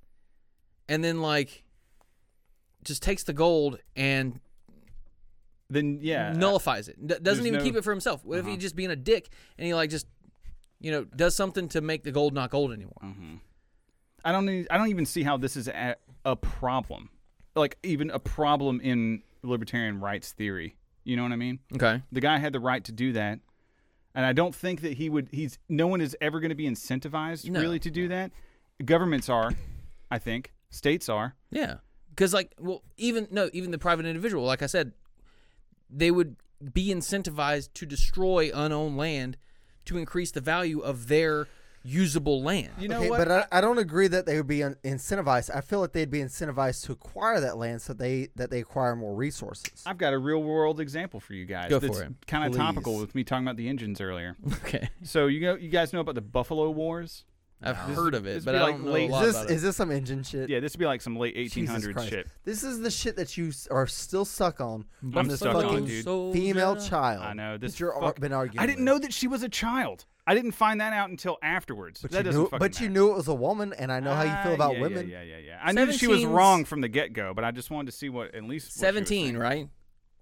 and then like just takes the gold and
Then yeah,
nullifies it. D-
there's
doesn't even
no- Uh-huh.
keep it for himself. What if he just being a dick and he like just, you know, does something to make the gold not gold anymore?
Mm-hmm. I don't. e- I don't even see how this is a, a problem, like even a problem in libertarian rights theory. You know what I mean?
Okay.
The guy had the right to do that, and I don't think that he would. He's no one is ever going to be incentivized
No.
really to do that. Governments are, I think. States are.
Yeah. Because like, well, even no, even the private individual, like I said, they would be incentivized to destroy unowned land to increase the value of their usable land.
You know
okay,
what?
but I, I don't agree that they would be un- incentivized. I feel like they'd be incentivized to acquire that land so they that they acquire more resources.
I've got a real world example for you guys.
Go for
that's
it.
Kind of topical
Please.
with me talking about the engines earlier.
Okay,
so you know, you guys know about the Buffalo Wars?
I've heard of
this
it,
would
but
be
I
like
don't know
late-
a
Is
lot about
Is this
it.
is this some engine shit?
Yeah, this would be like some late
Jesus
1800s
Christ.
shit.
This is the shit that you s- are still stuck on from
I'm
this
stuck on,
fucking
dude.
female child.
I know this.
that you're ar-
fuck-
been arguing.
I didn't
with.
know that she was a child. I didn't find that out until afterwards.
But
that
you
doesn't
knew,
fucking
but you
matter.
knew it was a woman, and I know how you
Ah,
feel about
yeah,
women.
Yeah, yeah, yeah. yeah. I knew that she was
17's
wrong from the get go, but I just wanted to see what at least what she was saying.
Seventeen, right?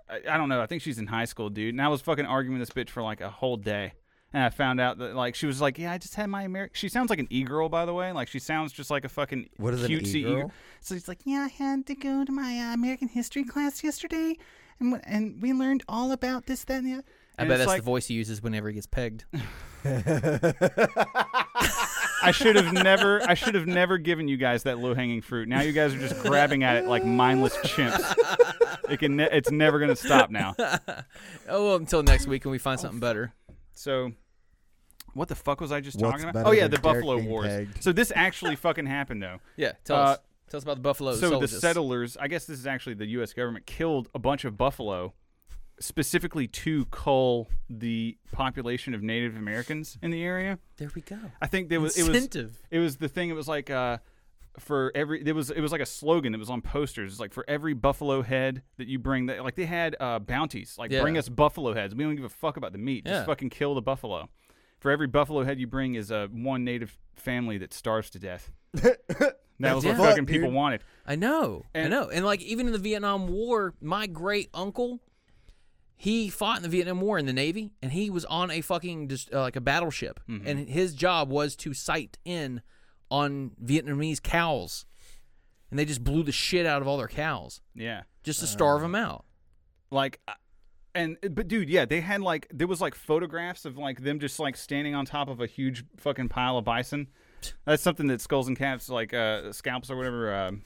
I, I don't know. I think she's in high school, dude. And I was fucking arguing with this bitch for like a whole day. And I found out that like she was like, yeah, I just had my American. She sounds like an e girl, by the way. Like she sounds just like a fucking
What is an
cutesy
e-girl?
e-girl. So she's like, yeah, I had to go to my uh, American history class yesterday, and w- and we learned all about this, that, and the other.
I
And it's
bet that's
like,
the voice he uses whenever he gets pegged.
I should have never, I should have never given you guys that low hanging fruit. Now you guys are just grabbing at it like mindless chimps. It can, ne- it's never gonna stop now.
oh, well, until next week when we find something better.
So, what the fuck was I just
What's
talking about?
better
Oh yeah,
than
the
Derek
Buffalo
being
Wars.
pegged?
So this actually fucking happened though.
Yeah, tell
Uh,
us. Tell us about the Buffalo
so
soldiers.
the settlers, I guess this is actually the U.S. government killed a bunch of buffalo, specifically to cull the population of Native Americans in the area.
there we go.
I think there was it was
Incentive.
it was the thing. It was like uh, for every it was it was like a slogan. It was on posters. It's like for every buffalo head that you bring, that like they had uh, bounties. Like
Yeah.
bring us buffalo heads. We don't give a fuck about the meat.
Yeah.
Just fucking kill the buffalo. For every buffalo head you bring is uh, one native family that starves to death. that was what
it.
fucking
Fuck,
people
dude.
wanted.
I know.
And-
I know. And like even in the Vietnam War, my great uncle, he fought in the Vietnam War in the Navy, and he was on a fucking just uh, like a battleship, and his job was to sight in on Vietnamese cows, and they just blew the shit out of all their cows
Yeah.
just to starve them out.
like I- and uh, but dude yeah they had like there was like photographs of like them just like standing on top of a huge fucking pile of bison that's something that skulls and caps like uh scalps or whatever um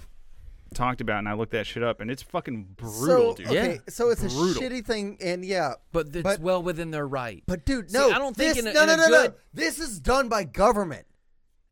talked about and i looked that shit up and it's fucking brutal
so,
dude
Okay,
Yeah.
so it's
Brutal.
a shitty thing, and yeah,
But it's
But-
well within their right.
but dude,
See,
no,
I don't think
this,
in a-
no,
in
no,
a
no, no,
good-
this is done by government.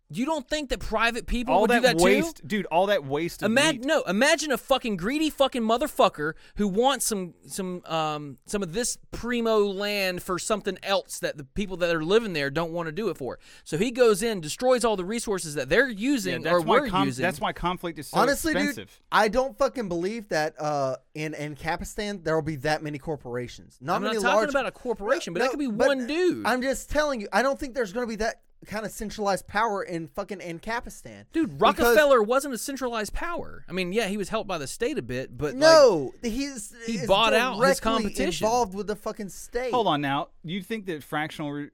you don't think that private people
all
would
that,
do that too?
waste dude all that waste of
Imagine
meat.
no, imagine a fucking greedy fucking motherfucker who wants some some um some of this primo land for something else that the people that are living there don't want to do it for. So he goes in, destroys all the resources that they're
Yeah,
using
that's
or
why
were
con-
using.
that's why conflict is so
Honestly,
expensive
dude, I don't fucking believe that uh, in in Kapistan there will be that many corporations. Not
I'm not
many
talking
large-
about a corporation, but that could be one dude.
I'm just telling you, I don't think there's going to be that kind of centralized power in fucking Ancapistan.
Dude, Rockefeller wasn't a centralized power. I mean, yeah, he was helped by the state a bit, but like,
no, he's
he
is
bought out his
directly
competition.
Involved with the fucking state.
hold on now you think that fractional re-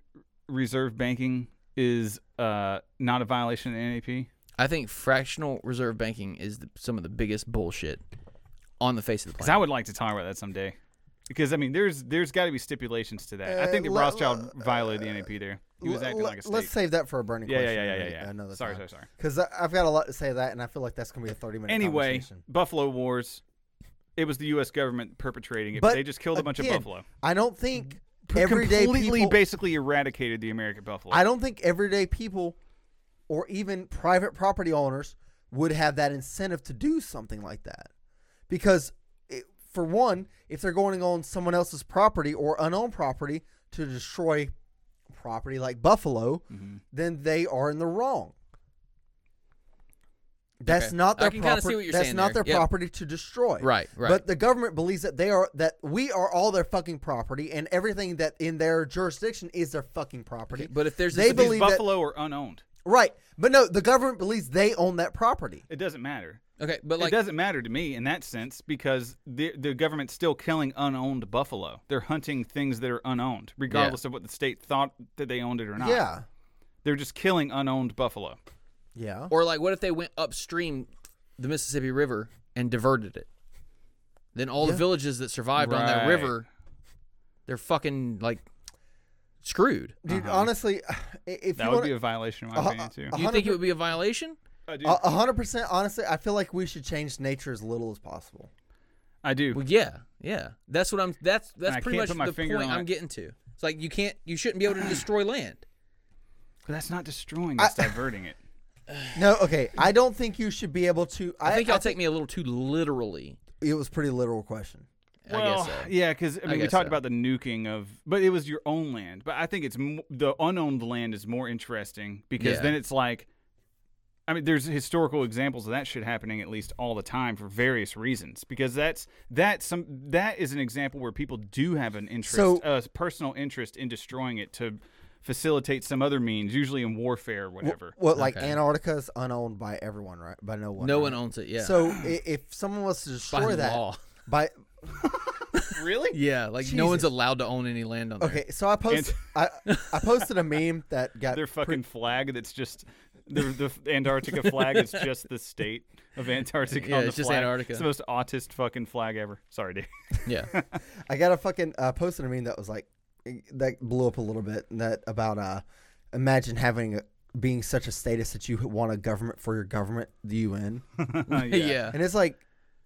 reserve banking is uh not a violation of nap
I think fractional reserve banking is the, some of the biggest bullshit on the face of the
Because I
planet.
would like to talk about that someday. Because I mean, there's there's got to be stipulations to that. I
Uh,
think that
le-
Rothschild violated the NAP there. He was
L-
acting
le-
like a state.
Let's save that for a burning
Yeah, yeah,
question.
yeah, yeah,
maybe
yeah.
Another
Sorry,
time.
sorry, sorry.
Because I've got a lot to say to that, and I feel like that's going to be a thirty-minute
anyway,
conversation.
Buffalo Wars. It was the U.S. government perpetrating it.
But
they just killed a bunch of
again,
buffalo.
I don't think everyday
completely,
people.
basically eradicated the American buffalo.
I don't think everyday people, or even private property owners, would have that incentive to do something like that, because it, for one, if they're going on someone else's property or unowned property to destroy property like Buffalo,
Mm-hmm.
then they are in the wrong. That's
Okay.
not
I
their
can kinda see
property.
what you're
That's
saying
not
there.
their
Yep.
property to destroy.
Right, right.
But the government believes that they are that we are all their fucking property, and everything that in their jurisdiction is their fucking property.
but if there's
they
this-
These
believe that,
buffalo are unowned.
right? But no, the government believes they own that property.
It doesn't matter.
okay, but like
it doesn't matter to me in that sense because the the government's still killing unowned buffalo. They're hunting things that are unowned, regardless of what the state thought that they owned it or not.
Yeah,
they're just killing unowned buffalo.
yeah.
Or like, what if they went upstream the Mississippi River and diverted it? Then all the villages that survived on that
Right.
river, they're fucking like screwed.
Dude, honestly, if
That
you
would
want
be a violation,
Uh,
in my opinion, too.
Do you think it would be a violation?
I
uh,
do.
a hundred percent, honestly, I feel like we should change nature as little as possible.
I do.
Well, yeah, yeah. That's what I'm. That's that's
I
pretty
can't
much
put my
the
finger
point
on
I'm
it.
getting to. It's like you can't, you shouldn't be able to destroy land.
But that's not destroying. That's diverting it.
No, okay. I don't think you should be able to. I,
I think y'all take me a little too literally.
It was a pretty literal question.
I
Well,
guess so.
yeah, because I mean, we
guess
talked
so.
about the nuking of, but it was your own land. But I think it's m- the unowned land is more interesting because
Yeah.
then it's like, I mean, there's historical examples of that shit happening at least all the time for various reasons. Because that's that's some that is an example where people do have an interest,
So-
a personal interest in destroying it to facilitate some other means, usually in warfare or whatever.
Well, like
Okay.
Antarctica is unowned by everyone, right? By no one.
No
right?
one owns it. Yeah.
So i- if someone was to destroy that
law.
by
really?
yeah, like no one's allowed to own any land on there.
okay, so I posted I, I posted a meme that got
Their fucking flag that's just the, the Antarctica flag is just the state of Antarctica.
Yeah,
on the
it's just
flag.
Antarctica.
It's the most autist fucking flag ever. Sorry, dude.
Yeah.
I got a fucking uh, posted a meme that was like that blew up a little bit and that about uh imagine having a, being such a status that you want a government for your government, the UN,
yeah.
yeah.
and it's like.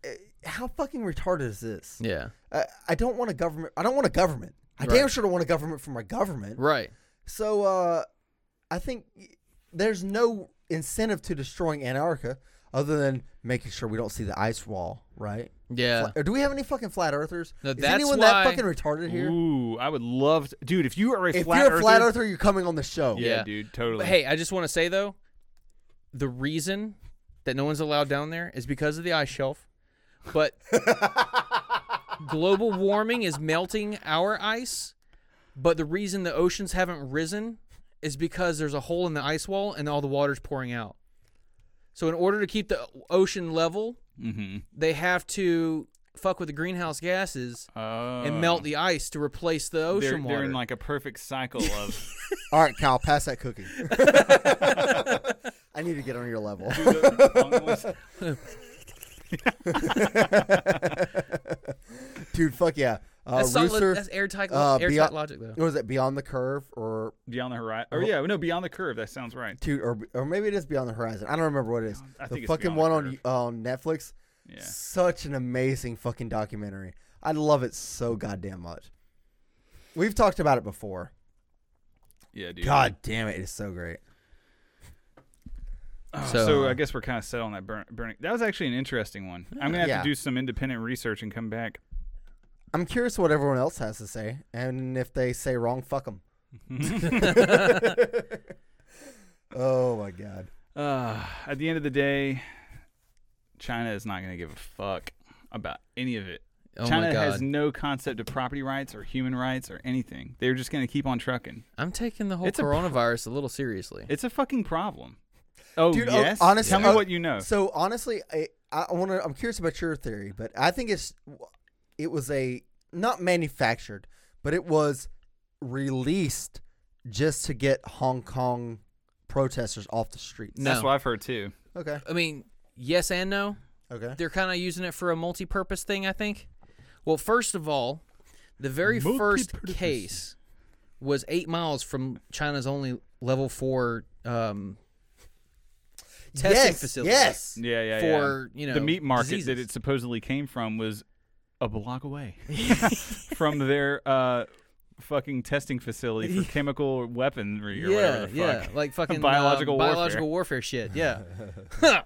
eh, How fucking retarded is this?
Yeah.
I, I don't want a government. I don't want a government. I damn sure don't want a government for my government.
Right.
So uh, I think there's no incentive to destroying Antarctica other than making sure we don't see the ice wall, right?
Yeah.
Fla- Or do we have any fucking flat earthers?
No,
Is
that's
anyone
why-
that fucking retarded here?
Ooh, I would love, to, dude. If you are a
if
flat
you're
earther,
a flat earther, you're coming on the show.
yeah,
Yeah.
dude, totally.
But hey, I just want to say though, the reason that no one's allowed down there is because of the ice shelf. But global warming is melting our ice. But the reason the oceans haven't risen is because there's a hole in the ice wall and all the water's pouring out. So in order to keep the ocean level,
Mm-hmm.
they have to fuck with the greenhouse gases
Oh.
and melt the ice to replace the ocean
they're,
water.
they're in like a perfect cycle of
All right, Kyle, pass that cookie. I need to get on your level. Dude, fuck yeah. Uh,
that's, solid,
Rooster,
that's airtight, lo-
uh,
airtight
beyond,
logic though.
What was it? Beyond the Curve or
beyond the horizon. Or yeah, no, beyond the curve. That sounds right.
Dude, or or maybe it is Beyond the Horizon. I don't remember what it is.
I
the
think it's
fucking
Beyond the
one
Curve.
on on Netflix.
Yeah.
Such an amazing fucking documentary. I love it so goddamn much. We've talked about it before.
Yeah, dude.
God damn it, it is so great.
Oh, So,
uh,
I guess we're kind of set on that burn, burning. That was actually an interesting one. I'm gonna have
Yeah.
to do some independent research and come back.
I'm curious what everyone else has to say, and if they say wrong, fuck them. oh my god.
Uh, at the end of the day, China is not going to give a fuck about any of it.
Oh
China
my God.
has no concept of property rights or human rights or anything. They're just going to keep on trucking.
I'm taking the whole
It's a-
coronavirus a, little seriously.
It's a fucking problem. Oh
Dude, oh,
yes.
honestly-
tell me
oh,
what you know.
So honestly, I I want to. I'm curious about your theory, but I think it's it was a not manufactured, but it was released just to get Hong Kong protesters off the streets.
No.
That's what I've heard too.
Okay.
I mean, yes and no.
Okay.
They're kind of using it for a multi-purpose thing, I think. Well, first of all, the very first case was eight miles from China's only level four um, testing
yes.
facility.
Yes.
Yeah, yeah, yeah.
For, you
the
know,
meat market that
diseases.
it supposedly came from was a block away from their uh, fucking testing facility for chemical weaponry or
yeah,
whatever the
yeah,
fuck.
like fucking
Biological
um,
warfare.
biological warfare shit. Yeah.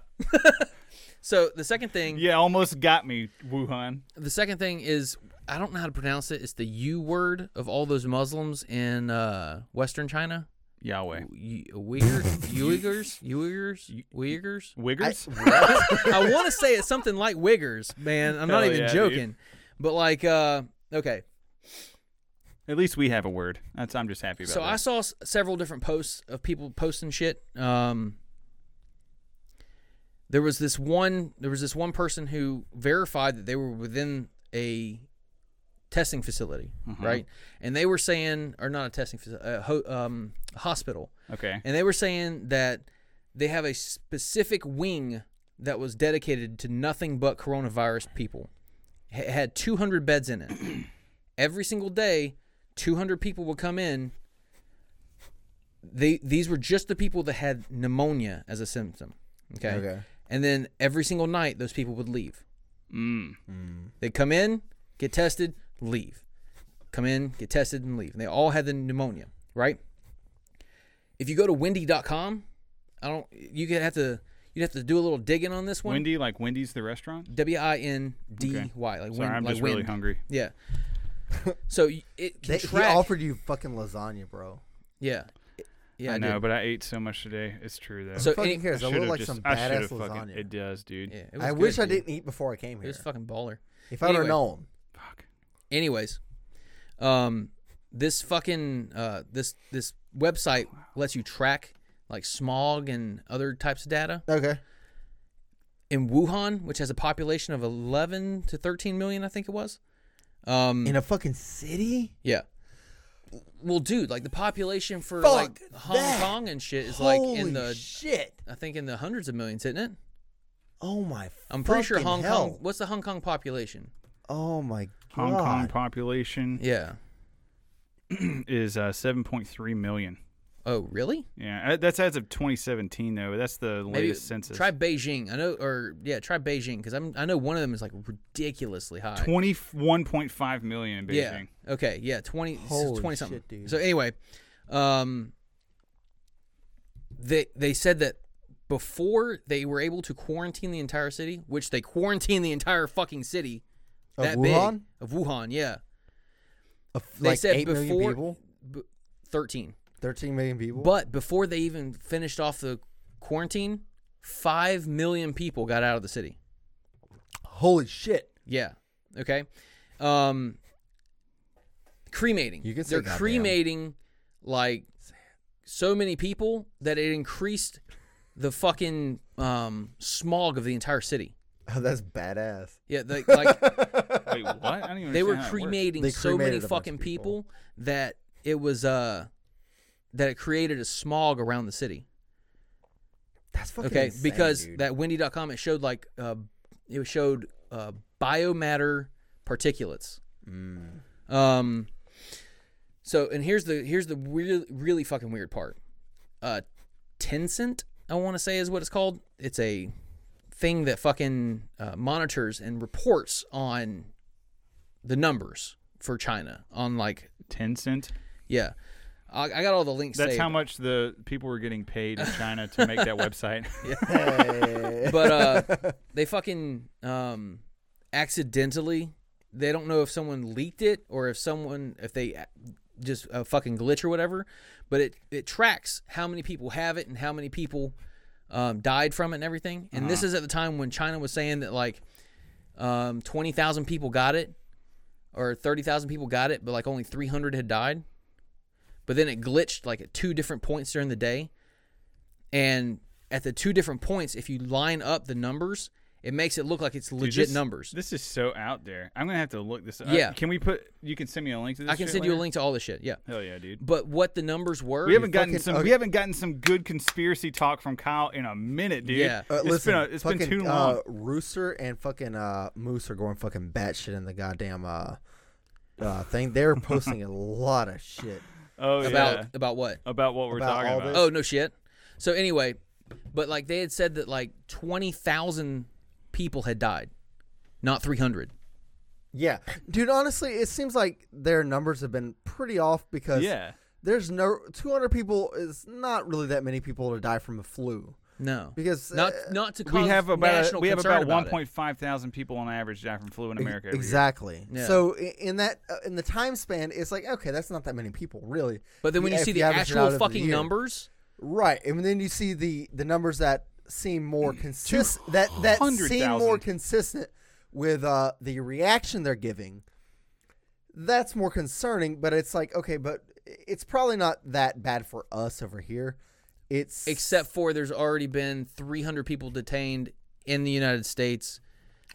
so the second thing,
Yeah, almost got me, Wuhan.
the second thing is I don't know how to pronounce it. It's the U word of all those Muslims in uh, Western China.
Yahweh.
Y- Uyghur, Uyghurs, Uyghurs, Uyghurs.
Wiggers?
I want to say it's something like Wiggers, man. I'm not
Hell
even
yeah,
joking. But like, uh, okay.
At least we have a word. That's I'm just happy about
So
that.
I saw s- several different posts of people posting shit. Um, there was this one. There was this one person who verified that they were within a testing facility,
Mm-hmm.
right? And they were saying, or not a testing facility, a ho- um, hospital.
okay.
And they were saying that they have a specific wing that was dedicated to nothing but coronavirus people. It had 200 beds in it. Every single day, 200 people would come in. They these were just the people that had pneumonia as a symptom. Okay.
Okay.
And then every single night, those people would leave. They come in, get tested, leave. Come in, get tested, and leave. And they all had the pneumonia, right? If you go to windy.com, I don't. You could have to. You'd have to do a little digging on this one.
Wendy, like Wendy's the restaurant.
W i n d y.
Okay.
Like wind.
Sorry, I'm
like
just really
wind.
hungry.
Yeah. so y- it can
They, he
track.
offered you fucking lasagna, bro.
yeah. It- Yeah.
I
did.
know, but I ate so much today. It's true though.
So
Who fucking
any-
I
cares? I
should've
look like
just-
some
I should've
badass
fucking-
lasagna.
It does, dude.
Yeah, it was
I
good,
wish I
dude.
didn't eat before I came
It
here.
was fucking baller.
If I'd have
Anyway.
known,
Fuck.
Anyways, um, this fucking uh, this this website lets you track like smog and other types of data
okay,
in Wuhan, which has a population of 11 to 13 million, I think it was. Um,
in a fucking city.
yeah. Well, dude, like the population for
Fuck
like Hong
that.
Kong and shit is like
Holy
in the
shit.
I think in the hundreds of millions, isn't it?
Oh my.
I'm pretty sure
fucking
Hong
hell.
Kong. What's the Hong Kong population?
Oh my god.
Hong Kong population
Yeah.
is uh, 7.3 million.
Oh, really?
Yeah, uh, that's as of 2017 though. That's the latest
Maybe
census.
try Beijing. I know, or yeah, try Beijing because I'm I know one of them is like ridiculously high.
21.5 million in Beijing.
Yeah. Okay. Yeah. Twenty.
Holy
Twenty something.
shit, dude.
So anyway, um, they they said that before they were able to quarantine the entire city, which they quarantined the entire fucking city
Of
that
Wuhan?
big of Wuhan. Yeah.
Of,
They
like
said
eight million
before-
people,
B- Thirteen.
thirteen million people.
But before they even finished off the quarantine, five million people got out of the city.
Holy shit.
Yeah. Okay. Um cremating.
You can say
They're
goddamn.
cremating like so many people that it increased the fucking um smog of the entire city.
Oh, that's badass.
Yeah, they, like
Wait, what? I don't even
they
understand how that
were
works.
cremating
They
so many
cremated a bunch of
fucking
people.
people. that it was uh that it created a smog around the city.
That's fucking
Okay,
insane,
because
dude.
that Wendy.com it showed like uh, it showed uh, biomatter particulates.
Mm.
Um, so and here's the here's the really really fucking weird part. Uh, Tencent, I want to say is what it's called. It's a thing that fucking uh, monitors and reports on the numbers for China on like
10 cent.
yeah. I, I got all the links.
That's
saved.
how much the people were getting paid in China to make that website.
but uh, they fucking um, accidentally. They don't know if someone leaked it or if someone if they a- just a fucking glitch or whatever. But it it tracks how many people have it and how many people um, died from it and everything. And
Uh-huh.
this is at the time when China was saying that like um, twenty thousand people got it or thirty thousand people got it, but like only three hundred had died. But then it glitched like at two different points during the day and at the two different points, if you line up the numbers, it makes it look like it's
Dude,
legit
this-
numbers.
This is so out there. I'm gonna have to look this up.
Yeah.
Can we put? You can send me a link to this.
I can
shit
send you a
later?
link to all this shit. Yeah,
Hell yeah, dude.
but what the numbers were?
We haven't gotten
fucking-
some.
okay.
We haven't gotten some good conspiracy talk from Kyle in a minute, dude.
Yeah.
Uh,
It's
listen,
been a, it's
fucking,
been too long.
Uh, Rooster and fucking uh, Moose are going fucking batshit in the goddamn uh, uh, thing. They're posting a lot of shit.
oh
about
yeah.
about what?
About what we're
about
talking
all
about.
this.
Oh no shit. So anyway, but like they had said that like twenty thousand people had died, not three hundred.
Yeah, dude. Honestly, it seems like their numbers have been pretty off
Oh,
because
yeah.
there's no 200 people is not really that many people to die from a flu
No,
because
not
uh,
not to cause
We have about
national
we have
concern
about
about it.
1.5 thousand people on average die from flu in
e-
America. every year.
exactly.
Yeah.
So i- in that uh, in the time span, it's like okay, that's not that many people really.
But then when you
Yeah,
see
if
the
average it
actual
out over the
fucking
year.
numbers,
Right, and then you see the the numbers that seem more consistent that that seem
200,000.
more consistent with uh, the reaction they're giving. That's more concerning, but it's like okay, but it's probably not that bad for us over here. It's
except for there's already been 300 people detained in the United States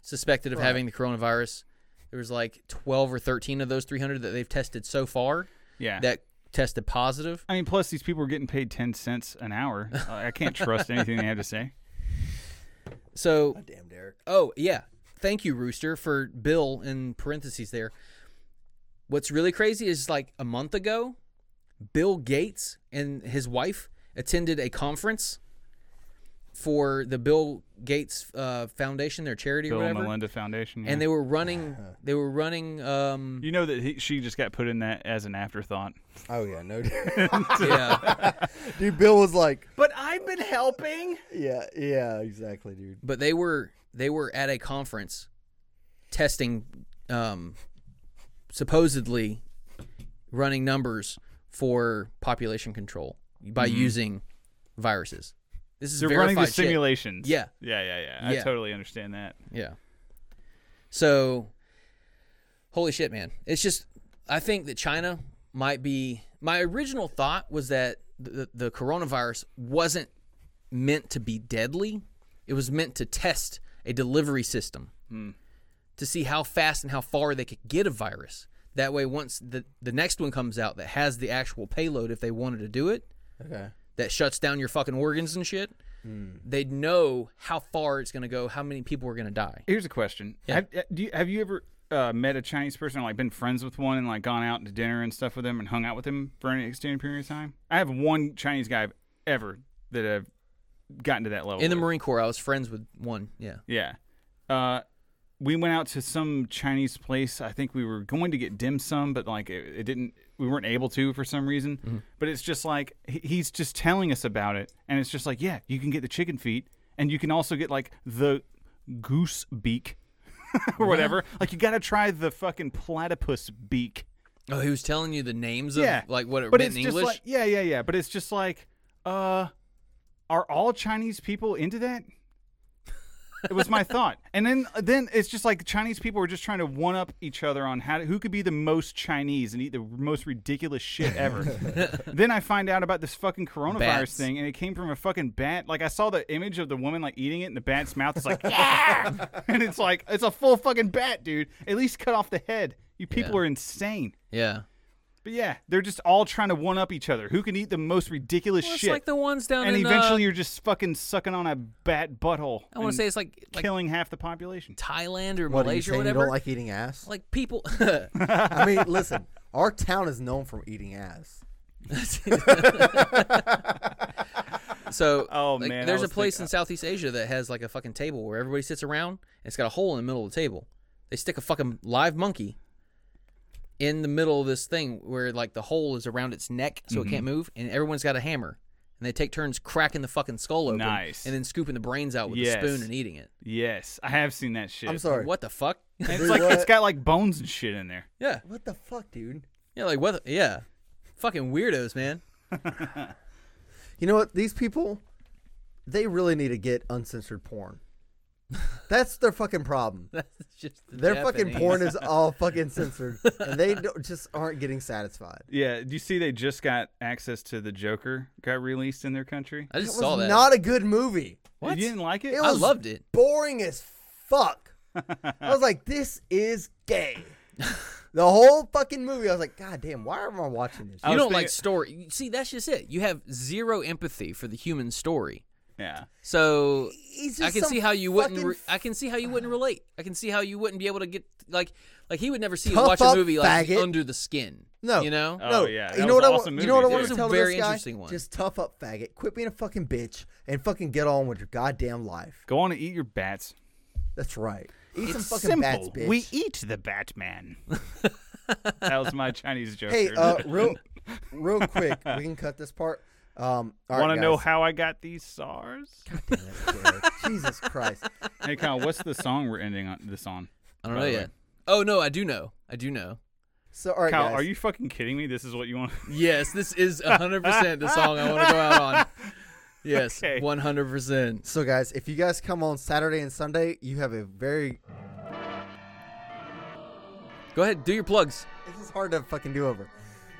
suspected of having the coronavirus. There was like 12 or 13 of those 300 that they've tested so far
Yeah.
that tested positive.
I mean, plus these people are getting paid 10 cents an hour. Uh, I can't trust anything they have to say.
So,
damn Derek.
oh yeah, thank you Rooster for Bill in parentheses there. What's really crazy is like a month ago, Bill Gates and his wife attended a conference for the Bill Gates uh, Foundation, their charity or
Bill and
whatever,
Melinda Foundation. yeah.
and they were running. They were running. Um,
you know that he, she just got put in that as an afterthought.
Oh yeah, no. Dude.
yeah,
dude, Bill was like,
But I've been helping.
yeah, yeah, exactly, dude.
but they were they were at a conference testing, um, supposedly running numbers for population control by using viruses. This is
Mm-hmm. They're running the
verified shit.
simulations.
Yeah.
Yeah, yeah, yeah. I
Yeah.
totally understand that.
Yeah. So, holy shit, man! It's just I think that China might be. My original thought was that the, the coronavirus wasn't meant to be deadly. It was meant to test a delivery system to see how fast and how far they could get a virus. That way, once the the next one comes out that has the actual payload, if they wanted to do it,
Okay.
that shuts down your fucking organs and shit. They'd know how far it's going to go, how many people are going to die.
Here's a question. Have, do you, have you ever uh, met a Chinese person or like been friends with one and like gone out to dinner and stuff with them and hung out with them for an extended period of time? I have one Chinese guy I've ever that I've gotten to that level.
In the
with.
Marine Corps, I was friends with one. Yeah.
Yeah. Uh, we went out to some Chinese place. I think we were going to get dim sum, but like it, it didn't. We weren't able to for some reason. But it's just like he, he's just telling us about it, and it's just like, yeah, you can get the chicken feet, and you can also get like the goose beak or whatever. Like you got to try the fucking platypus beak.
Oh, he was telling you the names
Yeah,
of like what it
but
meant
it's
in
just
English.
like- yeah, yeah, yeah. But it's just like, uh, are all Chinese people into that? It was my thought, and then then it's just like Chinese people were just trying to one up each other on how to, who could be the most Chinese and eat the most ridiculous shit ever. then I find out about this fucking coronavirus
Bats.
thing, and it came from a fucking bat. Like I saw the image of the woman like eating it, and the bat's mouth is like, yeah, and it's like it's a full fucking bat, dude. At least cut off the head. You people
Yeah.
are insane.
yeah.
But yeah, they're just all trying to one up each other. Who can eat the most ridiculous
Well, it's
shit?
like the ones down
and
in.
eventually,
uh,
you're just fucking sucking on a bat butthole.
I
and
want to say it's like like
killing half the population.
Thailand or
What are you
Malaysia or
saying? You
whatever.
don't like eating ass?
Like people.
I mean, listen, our town is known for eating ass.
so
Oh,
like,
man, I
there's a
was
place
thinking-
in Southeast Asia that has like a fucking table where everybody sits around. And it's got a hole in the middle of the table. They stick a fucking live monkey in the middle of this thing where like the hole is around its neck so it
Mm-hmm.
can't move, and everyone's got a hammer. And they take turns cracking the fucking skull open,
Nice.
and then scooping the brains out with
Yes.
a spoon and eating it.
Yes, I have seen that shit.
I'm sorry.
What the fuck?
And
Dude,
it's like
what?
it's got like bones and shit in there.
yeah,
What the fuck, dude?
yeah, like what? The, yeah, fucking weirdos, man.
You know what? These people, they really need to get uncensored porn. That's their fucking problem.
It's just the
Their
Japanese.
fucking porn is all fucking censored, and they don't, just aren't getting satisfied.
Yeah, do you see they just got access to the Joker got released in their country?
I
It
just
was
saw that.
not a good movie.
You didn't like it?
It
I
was
loved it.
boring as fuck. I was like, this is gay. The whole fucking movie, I was like, God damn, why am I watching this?
I
you
was
don't like
thinking-
story. you- See, that's just it. You have zero empathy for the human story.
yeah.
So
He's
I
just
can
some
see how you wouldn't.
fucking
Re- I can see how you wouldn't relate. I can see how you wouldn't be able to get like like he would never see you
Tough
watch a
up,
movie like
faggot.
under the skin.
No,
you know.
Oh,
no.
yeah, that
you know
was
what
an
I,
awesome
wa- you know what I
movie,
want
too.
to
It was a
tell
very
this guy?
interesting one.
Just tough up, faggot. Quit being a fucking bitch and fucking get on with your goddamn life.
Go on and eat your bats.
That's right. Eat some
It's
fucking
simple.
bats, bitch.
We eat the Batman. that was my Chinese Joker.
hey, uh, real, real quick, we can cut this part. Um, all right,
want to know
guys.
how I got these SARS?
Damn it, Derek. Jesus Christ.
hey, Kyle, what's the song we're ending on this on?
I don't
by
know
the
yet. Oh no, I do know. I do know.
So, all right,
Kyle,
guys.
are you fucking kidding me? This is what you want?
Yes, this is hundred percent the song I want to go out on. Yes,
Okay.
one hundred percent.
So, guys, if you guys come on Saturday and Sunday, you have a very.
Go ahead, do your plugs.
This is hard to fucking do over.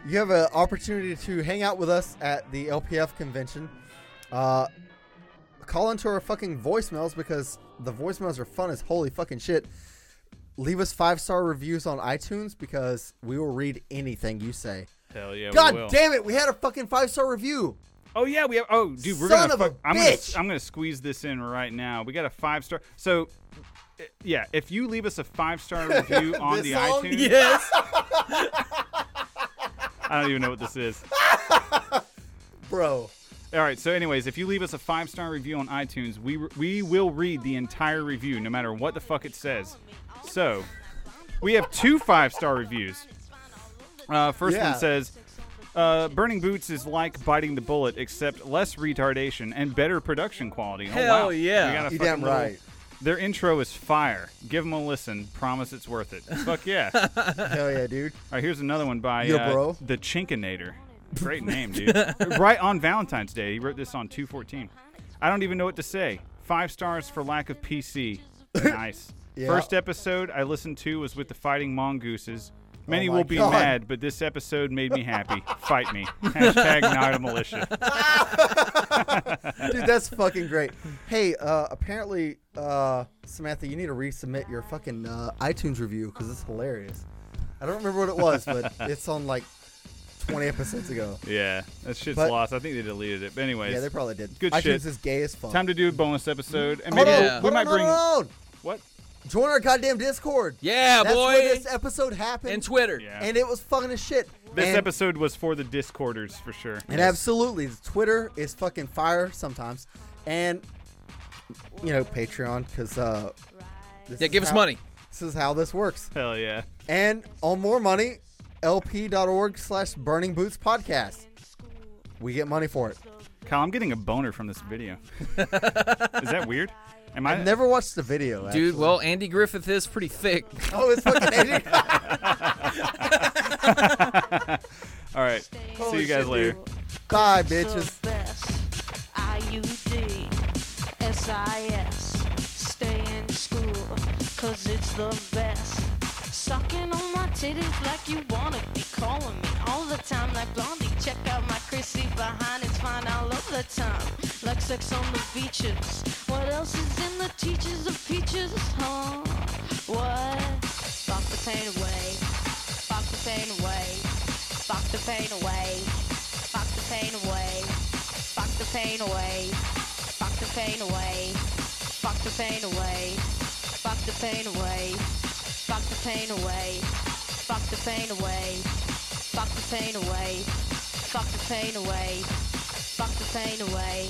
You have an opportunity to hang out with us at the LPF convention. Uh, call into our fucking voicemails because the voicemails are fun as holy fucking shit. Leave us five star reviews on iTunes because we will read anything you say.
Hell yeah, we will.
God damn it, we had a fucking five star review.
Oh yeah, we have. Oh, dude, we're
Son
gonna.
of a
fu- I'm
bitch!
Gonna, I'm gonna squeeze this in right now. We got a five star. So, uh, yeah, if you leave us a five star review on
This
the
song?
iTunes,
Yes.
I don't even know what this is.
Bro,
All right. So, anyways, if you leave us a five star review on iTunes, we we will read the entire review, no matter what the fuck it says. So, we have two five star reviews. Uh, first
Yeah.
one says, uh, "Burning Boots is like biting the bullet, except less retardation and better production quality."
Hell
oh, wow.
yeah.
We got a
You
fucking
damn
little-
right.
Their intro is fire. Give them a listen. Promise it's worth it. Fuck yeah. All
Hell yeah, dude.
right, here's another one by
Yeah,
uh,
bro.
the Chinkinator. Great name, dude. right on Valentine's Day, he wrote this on 214. I don't even know what to say. Five stars for lack of PC. Nice.
Yeah.
First episode I listened to was with the fighting mongooses. Many
Oh my
will be
God.
mad, but this episode made me happy. Fight me. Hashtag Nile Militia.
Dude, that's fucking great. Hey, uh, apparently, uh, Samantha, you need to resubmit your fucking uh, iTunes review because it's hilarious. I don't remember what it was, but it's on like 20 episodes ago.
Yeah, that shit's
But-
lost. I think they deleted it. But anyways,
Yeah, they probably did.
Good
iTunes
shit.
is gay as fuck.
time to do a bonus episode, and
hold
maybe
on,
we-
Yeah.
we
hold
might
on,
bring
hold on.
what?
Join our goddamn Discord.
Yeah,
That's
boy.
where this episode happened.
and Twitter.
Yeah.
And it was fucking as shit.
This
And-
episode was for the Discorders for sure.
And absolutely, Twitter is fucking fire sometimes, and you know Patreon because uh, this
Yeah,
is
give us
how-
money.
This is how this works.
Hell yeah.
And on more money, lp.org slash burning boots podcast. We get money for it.
Kyle, I'm getting a boner from this video. Is that weird? Am I?
I've never watched the video,
Dude,
actually.
well, Andy Griffith is pretty thick.
oh, it's fucking Andy.
All right. See you guys later.
Bye, bitches.
S-I-S, stay in school, cause it's the best. Sucking on my titties like you wanna be calling me all the time like Blondie. Check out my Chrissy behind, it's fine all of the time. Like sex on the beaches. What else is in the teachers of peaches, huh? What? Fuck the pain away. Fuck the pain away. Fuck the pain away. Fuck the pain away. Fuck the pain away. Fuck the pain away. Fuck the pain away. Fuck the pain away. Fuck the pain away. Fuck the pain away. Fuck the pain away. Fuck the pain away. Fuck the pain away.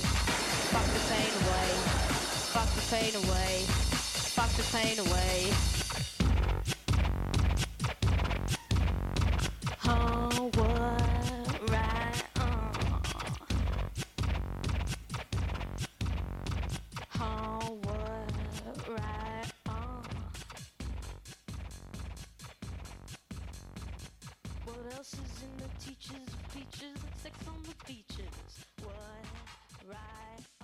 Fuck the pain away. Fuck the pain away. Fuck the pain away. Oh, what? Right. Uh. Hallway, right on. What else is in the teachers' features? Sex on the beaches. What? Right